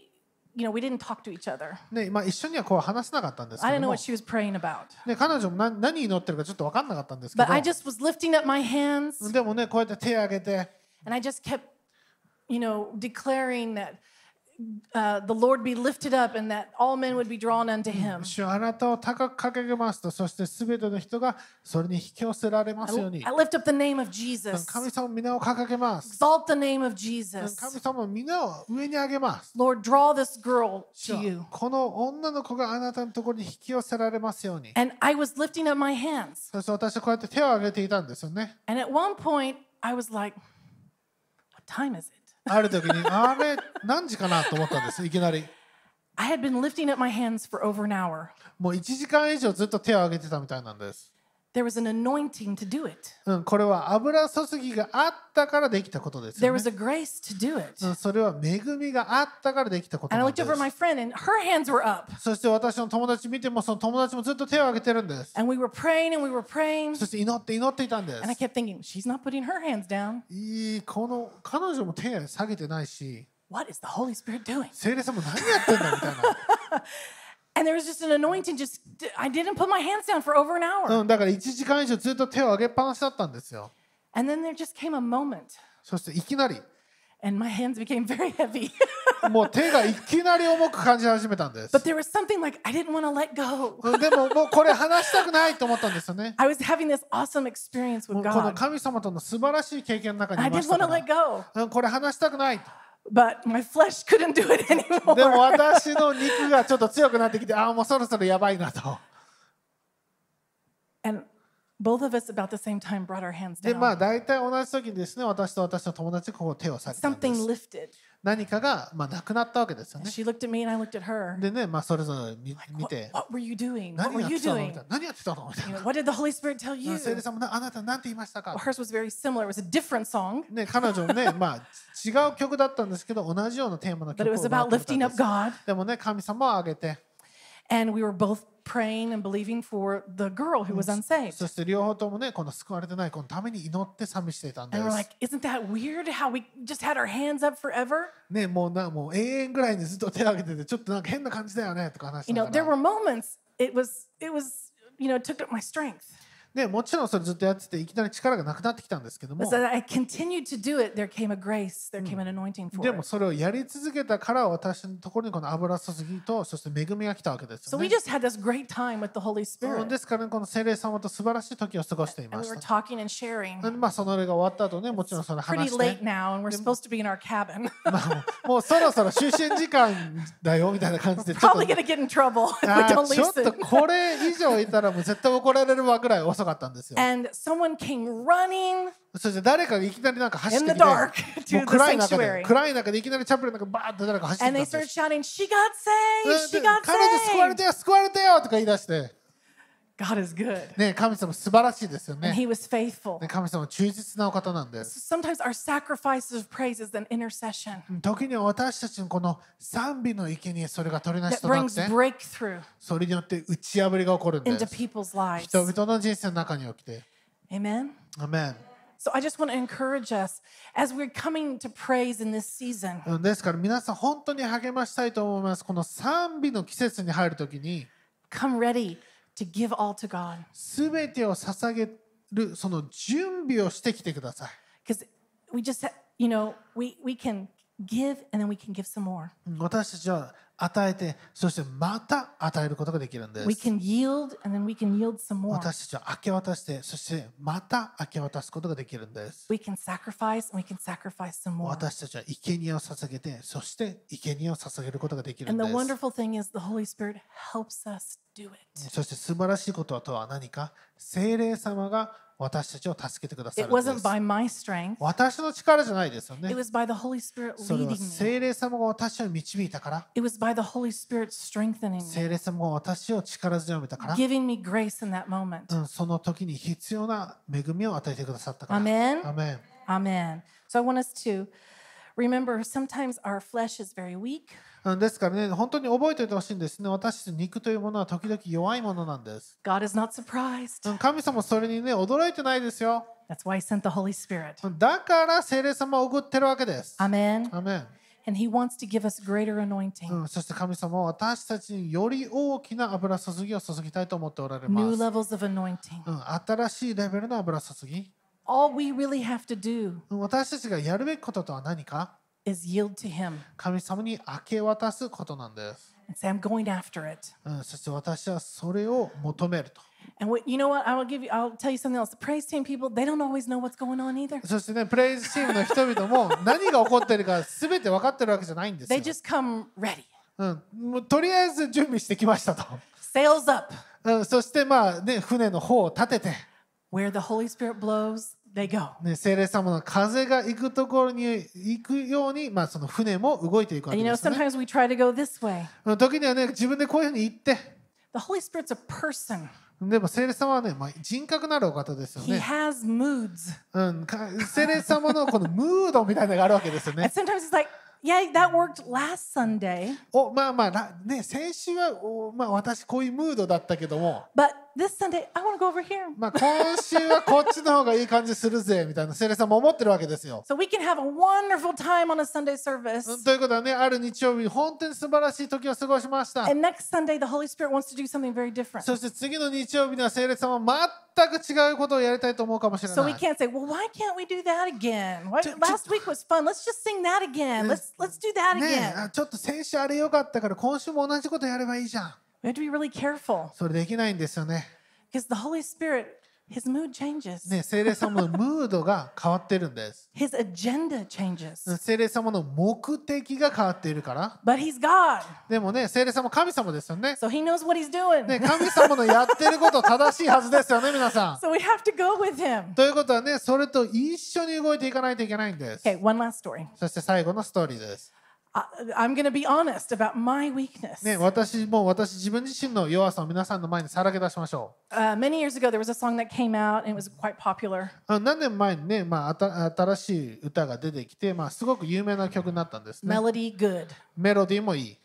you know, we didn't talk to each other.
ね、まあ一緒にはこう話せなかったんです
I
け
didn't
ど
know
も
what、she was praying about.
ね、彼女も何何祈ってるかちょっと分かんなかったんですけ
But I
ど、
just was lifting up my hands
でもね、こうやって手を挙げて、
and I just kept, you know, declaring that uh, the Lord be lifted up and that all men would be drawn unto him.
主よあなたを高く掲げますと、そしてすべての人がそれに引き寄せられますように
I、lift up the name of Jesus.
神様の皆を掲げます。
Exalt the name of Jesus.
神様の皆を上に上げます。
Lord, draw this girl
主
to
よ
you.
この女の子があなたのところに引き寄せられますように。
And I was lifting up my hands.
そして私はこうやって手を挙げていたんですよね。
And at one point, I was like, what time is it?
ある時にあれ何時かなと思ったんですいきなり
I had been lifting up my hands for over an hour.
もう1時間以上ずっと手を挙げてたみたいなんです
There was an anointing to do it.
うん、これは油注ぎがあったからできたことです
There
よ、ね
was a grace to do it.
うん。それは恵みがあったからできたこと
And I
なん
looked
で
over at
す
my。friend, and her hands were up.
そして私の友達見てもその友達もずっと手を挙げてるんです。
And we were praying and we were praying.
そして祈って祈っていたんで
And I
す。
kept thinking, she's not putting her hands down.
いいこの彼女も手下げてないし、
What is the Holy Spirit doing?
聖霊さんも何やってんだみたい
And there was just an anointing. Just I didn't put my hands down for over an hour.
な。 うん、だから1時間以上ずっと手を挙げっぱなしだったんですよ。
And then there just came a moment,
そしていきなり、
and my hands became very heavy.
もう手がいきなり重く感じ始めたんです。
but there was something like I didn't want to let go.
うんでももうこれ話したくないと思ったんですよね。
I was having this awesome experience
も
with
うこの
God.
神様との素晴らしい経験の中
I
にいま
didn't
した
want
か
to
ら
let go,
うん、これ話したく ない。
but my flesh couldn't do it
でも
anymore.
私の肉がちょっと強くなってき て、ああ、もうそろそろやばい なと。
And both of us about the same time brought our hands
で、まあ
down.
大体同じ時にですね、私と私の友達がこう手を下げたんで
Something
す。
lifted.
何かが、まあ、なくなったわけですよ
And
ね。
she looked at me and I looked at her.
でね、まあそれぞれ見見
What,
て、
what were you doing? What
何
were
やっ
you
てたのみ
doing?
たいな。何やってたのみたい
You know,
な。
what did the Holy Spirit tell you?
聖霊様なあなたなんて言いましたか
Hers was very similar. It was a different song,
ね、彼女もね、 まあ、違う曲だったんですけど、同じようなテーマの
but
曲
it
を
was
歌っ
about
てた
lifting
んで
up
す
God.
でもね、神様をあげて、
And we were both praying and believing for the girl who was unsaved.
そして両方ともね、この救われてない子のために祈って賛美していたんで
And we're
す
like,。isn't that weird how we just had our hands up forever?
ね、もうな、もう永遠ぐらいにずっと手を挙げてて、ちょっとなんか変な感じだよねとか話し
You
な
know,
が
there
ら
were moments it was it was you know, it took up my strength.
ね、もちろんそれずっとやってて、いきなり力がなくなってきたんですけども
But。as I continued to do it, there came a grace, there came an anointing
で
for
も
it.
それをやり続けたから私のところにこの油注ぎとそして恵みが来たわけです
So
よ
we
ね。
just had this great time with the Holy
うん
Spirit.
ですからねこの聖霊様と素晴らしい時を過ごしてい
And
ま
we
し
were
た。
talking and sharing.
うんまあその例が終わった後ねもちろんその
Pretty
話して、
late now, and we're supposed to be in our cabin.
まあ、もうそろそろ就寝時間だよみたいな感じでちょっと
Probably going to get in trouble if
あ
we
ー
don't
ちょっと
listen.
これ以上いたらもう絶対怒られるわぐらい遅かったんですよ。
And someone came running
そして誰かがいきなりなんか走って
in
き
the
て
dark
も
to the
う暗い中で
sanctuary.
暗い中でいきなりチャプルなんかバーって誰か走って
And
きたん
they
です
started shouting, She got saved!
う
She
んで
got
彼女救われ
saved!
てよ救われてよとか言い出して。
God is good.
ね、神様素晴らしいですよ
And
ね。
He was faithful.
ね神様忠実なお方なんです。
Sometimes our sacrifices of praise is an intercession
時には私たちのこの賛美の池にそれが取りなし
that
となっ
brings
て、
breakthrough
それによって打ち破りが起こるんで
into
す。
people's lives.
人々の人生の中に起きて。
Amen.
アメン
So I just want to encourage us as we're coming to praise in this season.
うんですから皆さん本当に励ましたいと思います。この賛美の季節に入るときに、
come ready to give all to God.
すべてを捧げる、その準備をしてきてください。
Because we just, ha- you know, we, we can give and then we can give some more.
うん私たちは与えて、そしてまた与えることができるんです
We。can yield and then we can yield some more.
私たちは明け渡してそしてまた明け渡すことができるんです
We can sacrifice and we can sacrifice some more.
私たちは生贄を捧げてそして生贄を捧げることができるん
And
で
the
す
wonderful thing is the Holy Spirit helps us do it.
そして素晴らしいこととは何か聖霊様が私たちを助けてくださる
It
んで
wasn't
す
by my strength,
私の力じゃないですよ
it
ね
was by the Holy Spirit
それ
leading
は
me.
聖霊様が私を導いたから
It was by the Holy Spirit strengthening me,
聖霊様が私を力強めたから、
giving me grace in that moment.
うん、その時に必要な恵みを与えてくださったから
Amen.
アメン
Amen. So I want us to remember sometimes our flesh is very weak.
うんですからね本当に覚えておいてほしいんですね私たちの肉というものは時々弱いものなんです
God is not surprised.
うん神様それにね驚いてないですよ
That's why He sent the Holy Spirit.
だから聖霊様を送ってるわけです
Amen.
アメン
And He wants to give us greater anointing,
うん、そして神様は私たちにより大きな油注ぎを注ぎたいと思っておられま
new
す、うん、
levels of anointing.
新しいレベルの油注ぎ
All we really have to do
うん私たちがやるべきこととは何か
is yield to Him
神様に明け渡すことなんです、
and say, I'm going after it.
うん、そして私はそれを求めると
And what, you know what? I will give you. I'll tell you something else. The praise team people, they don't always know what's going on either.
そしてねプレイズチームの人々 も何が起こってるか全て分かってるわけじゃないんです
They
よ、
just come ready,
うん、もうとりあえず準備してきましたと
sails up.
うん、そしてまあね船の方を立てて、
Where the Holy Spirit blows, they go.
ね、聖霊様の風が行くところに行くように、まあ、その船も動いていくわ
And
け
you
で
know,
す、ね。
sometimes we try to go this way.
うん時にはね自分でこういうふうに行って、
The Holy Spirit's a person.
でも聖霊様はね、まあ、人格なるお方ですよ
He
ね、
has moods.
うん、か聖霊様のこのムードみたいなのがあるわけですよ
And
ね
sometimes it's like, yeah, that worked last Sunday,
おまあまあらね先週はお、まあ、私こういうムードだったけども
but this Sunday, I want to go over here.
まあ今週はこっちの方がいい感じするぜみたいな聖霊様思ってるわけですよ。
So we can have a wonderful time on a Sunday service.
うんということはねある日曜日本当に素晴らしい時を過ごしました。
And next Sunday, the Holy Spirit wants to do something very different.
そして次の日曜日には聖霊様は全く違うことをやりたいと思うかもしれ
So
な
we
い。
can't say, well, why can't we do that again? Why,
Ju- ju-
last week was fun. Let's just sing that again.
Yeah.
Let's let's do that
ねえ
again.
あちょっと先週あれ良かったから今週も同じことやればいいじゃん。
We have to be really careful
それできないんですよね。
because the Holy Spirit, His mood changes,
ねえ聖霊様のムードが変わってるんです。
His agenda changes.
うん聖霊様の目的が変わっているから。
But He's God,
でもね聖霊様神様ですよね。
so He knows what He's doing.
ね神様のやってること正しいはずですよね皆 さん。
So we have to go with Him.
ということはね、それと一緒に動いていかないといけないんです。
Okay, one last story.
そして最後のストーリーです。
I, I'm going to be honest about my weakness.
ね、私も私自分自身の弱さを皆さんの前にさらけ出しましょ
Uh, many years ago, there was a song that came out and it was quite popular.
う。あの何年前にね、まああた、新しい歌が出てきて、まあ、すごく有名な曲になったんですね。
Melody good,
メロディーもいい。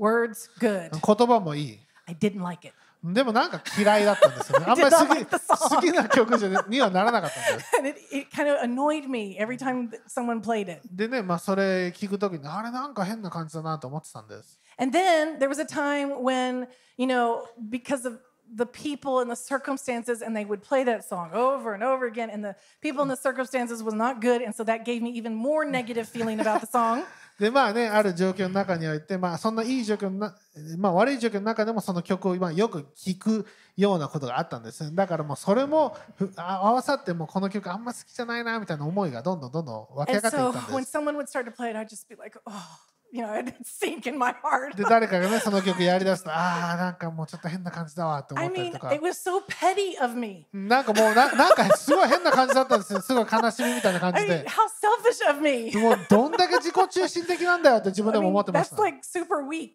words good.
言葉もいい。
I didn't like it.
でもなんか嫌いだったんですよ ね。あんまり
Did not like
好き
the song.
好きな曲じゃにはならなかったんです。
and it, it kind of annoyed me every time that someone played it.
でね、まあ、それ聞くときに、あれなんか変な感じだなと思ってたんです。
And then there was a time when, you know, because of the people and the circumstances, and they would play that song over and over again, and the people and the circumstances was not good, and so that gave me even more negative feeling about the song.
でまあねある状況の中においてまあそんないい状況のなまあ悪い状況の中でもその曲をまあよく聴くようなことがあったんですねだからもうそれもふあ合わさってもうこの曲あんま好きじゃないなみたいな思いがどんどんどんどん湧き上
And
がってい
so
ったんで
when
す
someone would start to play it, I'd just be like, oh, you know, it'd sink in my heart.
で誰かがねその曲やりだすとああなんかもうちょっと変な感じだわって思
I
ったり
mean,
とか
it was so petty of me.
なんかもうななんかすごい変な感じだったんですよすごい悲しみみたいな感
I
じ
mean,
で
how selfish of me.
もうどんだけ自己中心的なんだよって自
I
分でも
mean,
思ってまし
that's
た
like super weak.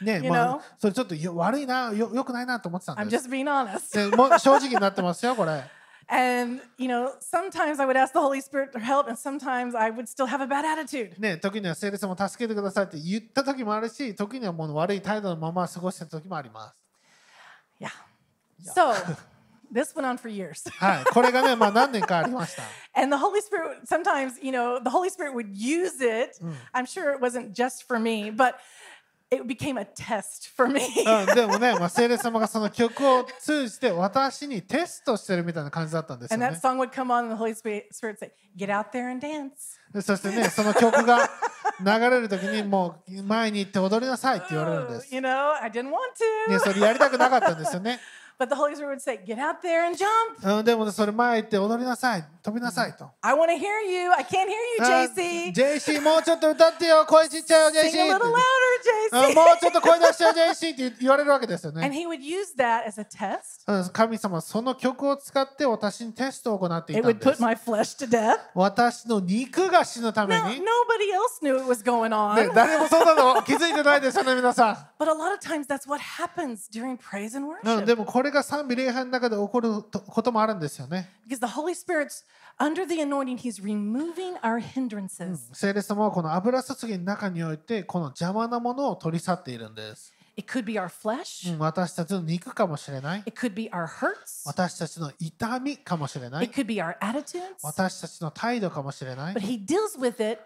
ね
you
ま
know?
あそれちょっとよ悪いなよよくないなと思ってたん
I'm
です
just being honest.
でもう正直になってますよこれ
And, you know, sometimes I would ask the Holy Spirit for help, and sometimes I would still have a bad attitude.
ね時には聖霊様助けてくださいって言った時もあるし時にはもう悪い態度のまま過ごしてた時もあります
Yeah. So this went on for years.
はいこれがねまあ何年かありました
And the Holy Spirit, would- sometimes, you know, the Holy Spirit would use it. I'm sure it wasn't just for me, but it became a test for me.
うん、でもね、まあ、聖霊様がその曲を通じて私にテストしてるみたいな感じだったんですよ
And
ね
that song would come on, and the Holy Spirit Spirit would say, Get out there and dance.
でそしてねその曲が流れる時にもう前に行って踊りなさいって言われるんで
Ooh,
す、
Oh, You
ね、
know, I didn't want to.
それやりたくなかったんですよね、
But the Holy Spirit would say, Get out there and jump.
うん、でもねそれ前行って踊りなさい飛びなさいと
I want to hear you. I can't hear you,
あ
JC.
JC もうちょっと歌ってよ声ちっちゃいよ
Sing
JC
a
って
little louder,
あ
JC.
もうちょっと声出しちゃう JC って言言われるわけですよ
And
ね。
he would use that as a test.
うん神様はその曲を使って私にテストを行ってい
It
た
would
んで
put
す。
my flesh to death.
私の肉が死ぬため
Now,
に。ね
nobody else knew it was going on.
誰もそんなの気づいてないですよね、皆さ
But a lot of times that's what happens during praise and
ん。うん、で
worship
もこれが賛美礼拝の中で起こるとこともあるんですよね。
because the Holy Spirit's under the anointing, he's removing our hindrances.
聖霊様はこの油注ぎの中においてこの邪魔なものを取り去っているんです。
It could be our flesh,
うん私たちの肉かもしれない。
it could be our hurts,
私たちの痛みかもしれない
it。could be our attitudes.
私たちの態度かもしれない
But。he deals with it.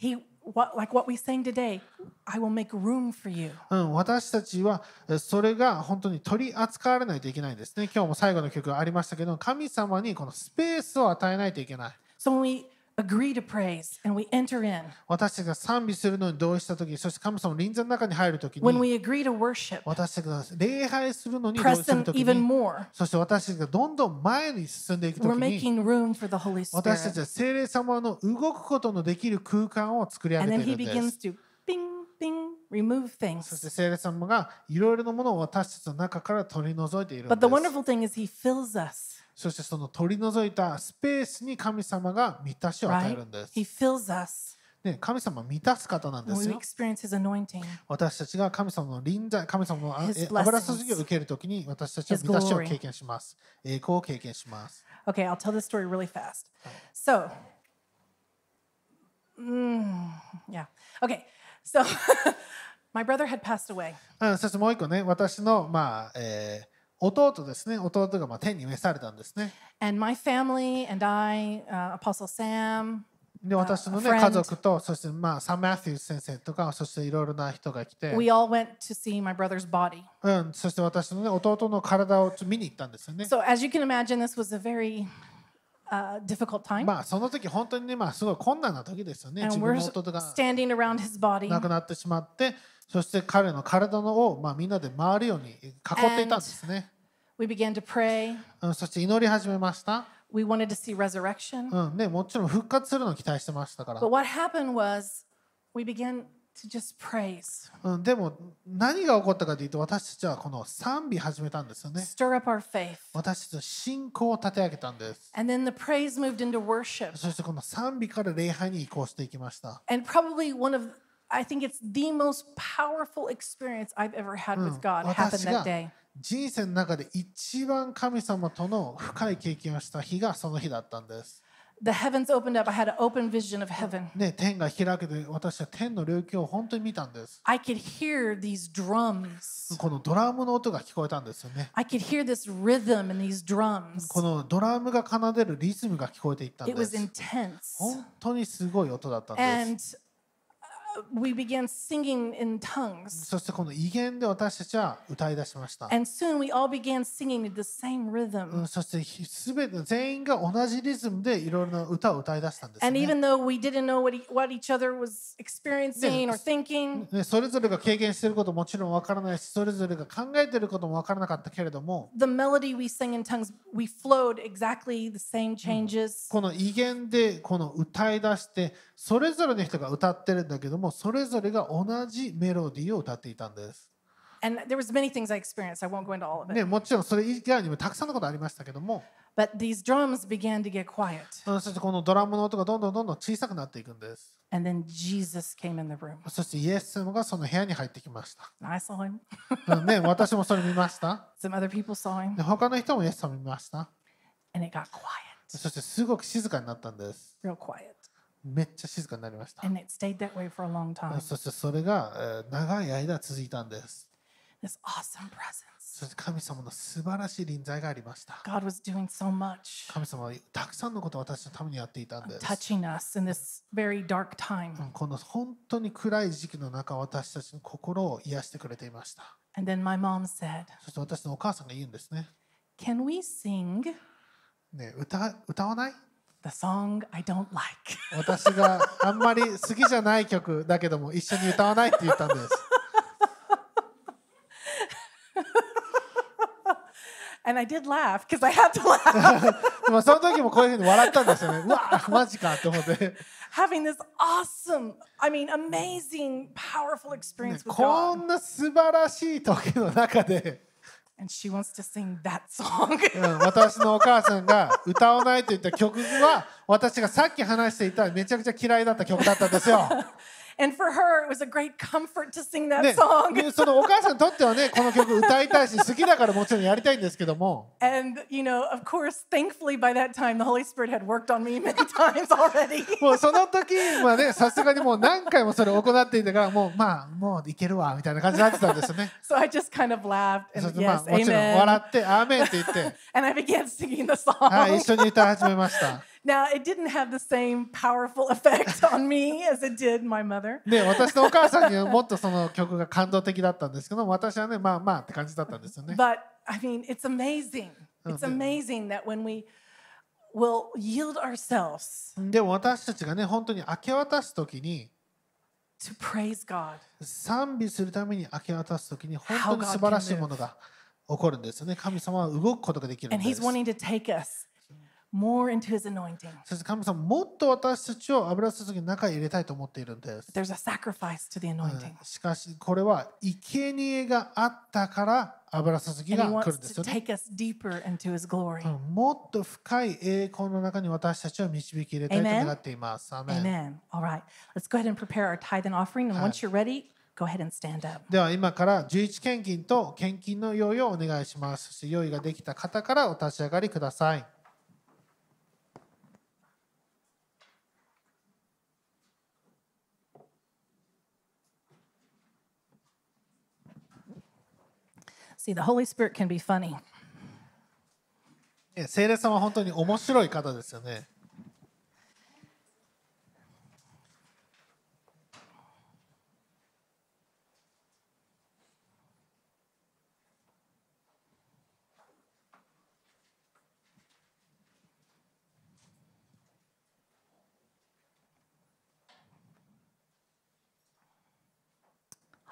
He what, like what we sang today, I will make room for you.
うん、私たちはえそれが本当に取り扱われないといけないんですね。今日も最後の曲がありましたけど、神様にこのスペースを与えないといけない。
So when we agree to praise and we enter in,
私たちが賛美するのに同意したとき、そして神様の臨座の中に入るとき
when
に、
we agree to worship,
私たちが礼拝するのに同意
press
する
in
とき
even
に、
more.
そして私たちがどんどん前に進んでいくと
We're
きに、
making room for the Holy
私た
Spirit.
ちは聖霊様の動くことのできる空間を作り上
And
げ
then
てい
he
るんで
begins
す。
to bing, bing, remove
そ
things.
して聖霊様がいろいろなものを私たちの中から取り除いているんで
But the
す。
wonderful thing is he fills us,
そしてその取り除いたスペースに神様が満たしを与え
right?
るんです。
He fills us.
ね、神様を満たす方なんで
when
す
we
よ。
experience His anointing,
私たちが神様の臨在、神様のあ
His
え油注ぎを受けるときに私たちは
His
満たしを
glory.
経験します。栄光を経験します。
Okay, I'll tell this story really fast. So, mm, yeah. Okay, so my brother had passed away.
あそしてもう一個ね、私の、まあえー弟ですね、弟がまあ天に召されたんですね。
And my family and I, uh, Apostle Sam,
で、私のね、
friend.
家族と、そして、まあ、サン・マティウス先生とか、そしていろいろな人が来て、
we all went to see my brother's body.
うん、そして私のね、弟の体をちょっと見に行ったんですよね。
So, as you can imagine, this was a very uh, difficult time.
まあ、その時本当にね、まあ、すごい困難な時ですよね。自
And
分
we're
の弟が
standing around his body.
亡くなってしまって、そして彼の体のを、まあ、みんなで回るように囲っていたんですね。
We began to pray.
うん、そして祈り始めました。
We wanted to see resurrection.
うんね、もちろん復活するのを期待してましたから
But。what happened was we began to just praise,
うん、でも何が起こったかというと私たちはこの賛美始めたんですよね。
stir up our faith.
私たちの信仰を立て上げたんです。
And then the praise moved into worship.
そしてこの賛美から礼拝に移行していきました。
And probably one of, I think it's the most powerful experience I've ever had with God happened
私
that
が
day.
人生の中で一番神様との深い経験をした日がその日だったんです。
The heavens opened up. I had an open vision of heaven.
ね、天が開けて私は天の領域を本当に見たんです。
I could hear these drums.
このドラムの音が聞こえたんですよね。
I could hear this rhythm in these drums.
このドラムが奏でるリズムが聞こえていったん
It
で
was
す。
intense.
本当にすごい音だったんです。
And uh, we began singing in tongues.
そしてこの威厳で私たちは歌い出しました。
And soon we all began singing in the same
う
rhythm.
んそしてひ全て全員が同じリズムでいろいろな歌を歌い出したんです、
And
ね
even though we didn't know what, e- what each other was experiencing or
Yes.
thinking,
ね。それぞれが経験していることもちろんわからないしそれぞれが考えていることもわからなかったけれども
the melody we sang in tongues, we flowed exactly the same changes.
この威厳でこの歌い出してそれぞれの人が歌ってるんだけどもそれぞれが同じメロディーを歌っていたんです、
And there was many things I experienced. I won't go into all of it.
ね、もちろんそれ以外にもたくさんのことありましたけども
But these drums began to get quiet.
うんそしてこのドラムの音がどんどんどんどん小さくなっていくんです
And then Jesus came in the room.
そしてイエス様がその部屋に入ってきまし
And I saw him.
た、 うんね、私もそれ見ました、
Some other people saw him.
で他の人もイエス様見ました。
And it got quiet,
そしてすごく静かになったんです。
real quiet.
めっちゃ静かになりました。
And it stayed that way for a long time.
そしてそれがえー長い間続いたんです。
This awesome presence.
そして神様の素晴らしい臨在がありました。
God was doing so much,
神様はたくさんのことを私のためにやっていたんです。
touching us in this very dark time.
うんこの本当に暗い時期の中、私たちの心を癒してくれていました。
And then my mom said,
そして私のお母さんが言うんですね。
Can we sing
ねえ歌歌わない
the song I don't like?
私があんまり好きじゃない曲だけども一緒に歌わないって言ったんです。
And I did laugh because I had to laugh.
でもその時もこういうふうに笑ったんですよね。うわマジかって思って。
Having this awesome, I mean, amazing, powerful
ね
experience with
こ
God.
んな素晴らしい時の中で、
And she wants to sing that song.
うん私のお母さんが歌わないと言った曲は私がさっき話していためちゃくちゃ嫌いだった曲だったんですよ。
and for her, it was a great comfort to sing that
ね
song.
ね そのお母さんにとってはねこの曲歌いたいし好きだからもちろんやりたいんですけども
And, you know, of course, thankfully by that time, the Holy Spirit had worked on me many times already.
もうその時はねさすがにもう何回もそれを行っていたからもうまあもういけるわみたいな感じになってたんですよ ね。
So I just kind of laughed
そし
and
てま
yes,
あもちろん
amen.
笑って「アーメン」って言 って、
And I began singing the song.
はい、一緒に歌い始めました。
Now, it didn't have the same powerful effect on me as it did my mother.
で私のお母さんにはもっとその曲が感動的だったんですけど私はねまあまあって感じだったんですよね。
But I mean, it's amazing. It's
Mhm.
amazing that when we will yield ourselves
でも私たちがね本当に明け渡す時に
to praise God,
賛美するために明け渡す時に本当に素晴らしいものが起こるんですよね。神様は動くことができるん
and
で
He's
す。
wanting to take us more into his anointing.
そして神様もっと私たちを油注ぎの中に入れたいと思っているんです
There's a sacrifice to the
うん
anointing.
しかしこれは生贄があったから油注ぎ
And he
が来る
wants
んです
to
よね
take us deeper into his glory.
うんもっと深い栄光の中に私たちを導き入れたいと
Amen
願っています。アーメン
Amen. All right. Let's go ahead and prepare our tithe and offering. And once you're ready, go ahead and stand up.
では今から11献金と献金の用意をお願いします。そして用意ができた方からお立ち上がりください。
See, the Holy Spirit can be funny.
え聖霊さんは本当に面白い方ですよね。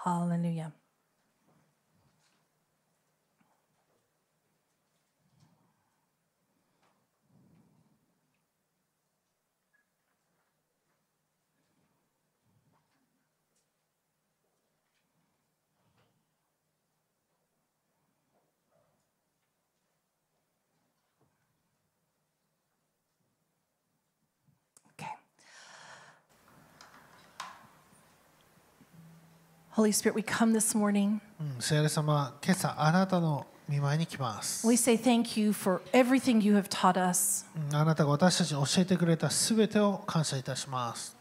Hallelujah. Okay. Holy Spirit, we come this morning.
うん、聖霊様、今朝あなたの見舞いに来ます。
We say thank you for everything you have taught us.
うんあなたが私たちに教えてくれたすべてを感謝いたします。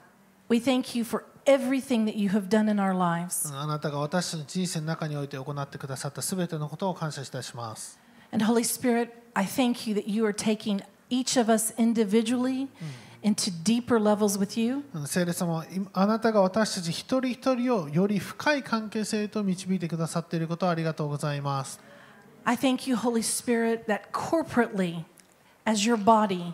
We thank you for everything that you have done in our lives.
うんあなたが私たちの人生の中において行ってくださったすべてのことを感謝いたします。
And Holy Spirit, I thank you that you are taking each of us individually into deeper levels with you.
うん聖霊様は今あなたが私たち一人一人をより深い関係性へと導いてくださっていることをありがとうございます
I thank you, Holy Spirit, that corporately, as your body,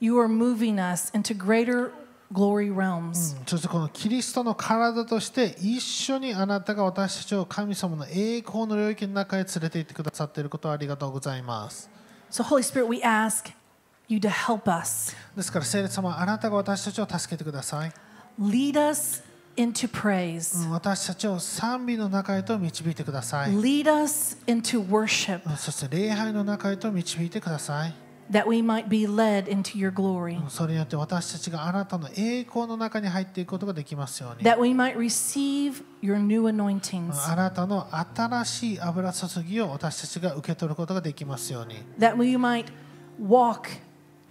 you are moving us into greater glory realms.
そしてこのキリストの体として一緒にあなたが私たちを神様の栄光の領域の中へ連れて行ってくださっていることをありがとうございます
So, Holy Spirit, we ask you to help us,
ですから聖霊様あなたが私たちを助けてください
lead us into praise.
うん私たちを賛美の中へと導いてくださいうん
Lead us into worship
そして礼拝の中へと導いてください
that we might be led into your glory,
うんそれによって私たちがあなたの栄光の中に入っていくことができますように
that we might receive your new
うん
anointings,
あなたの新しい油注ぎを私たちが受け取ることができますように
that we might walk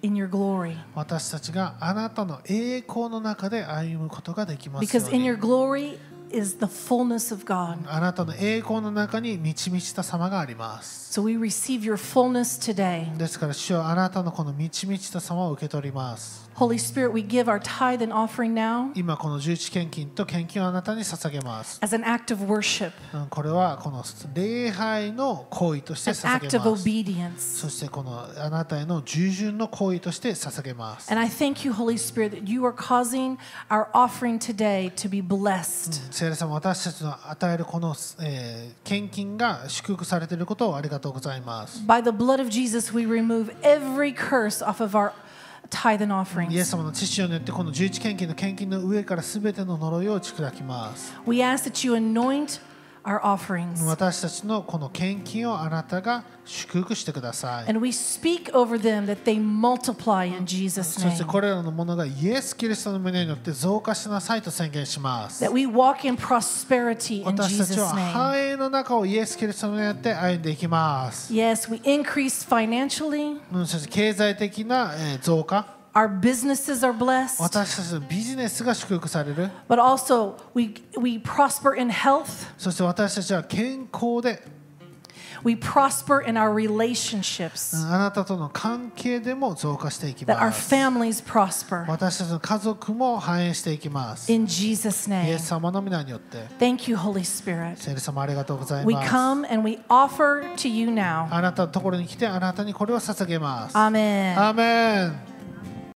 in your glory.
私たちがあなたの栄光の中で歩むことができますよ
Because
う
in
に
your glory is the fullness of God.
あなたの栄光の中に満ち満ちた様があります
So we receive your fullness today.
ですから主はあなたのこの満ち満ちた様を受け取ります
Holy Spirit, we give our tithe and offering now
今この十一献金と献金をあなたに捧げます
as an act of worship,
うんこれはこの礼拝の行為として
an
捧
act
げ
of
ます
obedience.
そしてこのあなたへの従順の行為として捧げます
And I thank you, Holy Spirit, that you are causing our offering today to be blessed.
聖霊様私たちの与えるこの、えー献金が祝福されていることをありがとうございます。
By the blood of Jesus, we remove every curse off of our tithe and
イエ
offerings.
ス様の父よによってこの十一献金の献金の上からすべての呪いを打ち砕きます。
We ask that you anoint our offerings
私たちのこの献金をあなたが祝福してください。
and we speak over them that they multiply in Jesus'
そして
name.
これらのものがイエス・キリストの胸によって増加しなさいと宣言します。
That we walk in prosperity in
私たちは
Jesus' name.
繁栄の中をイエス・キリストの胸によって歩んでいきます。
Yes, we increase financially,
うんそして経済的な、えー増加、
our businesses are blessed,
私たちのビジネスが祝福される。
but also we, we prosper in health,
そして私たちは健康で
we prosper in our
う
relationships,
んあなたとの関係でも増加していき
that our
ます
families prosper
私たちの家族も繁栄していきますイ
in Jesus'
エ
name.
ス様の皆によって
Thank you, Holy Spirit.
聖霊様ありがとうござい
We
ます
come and we offer to you now.
Uh, あなたのところに来てあなたにこれを捧げますア
Amen.
ーメン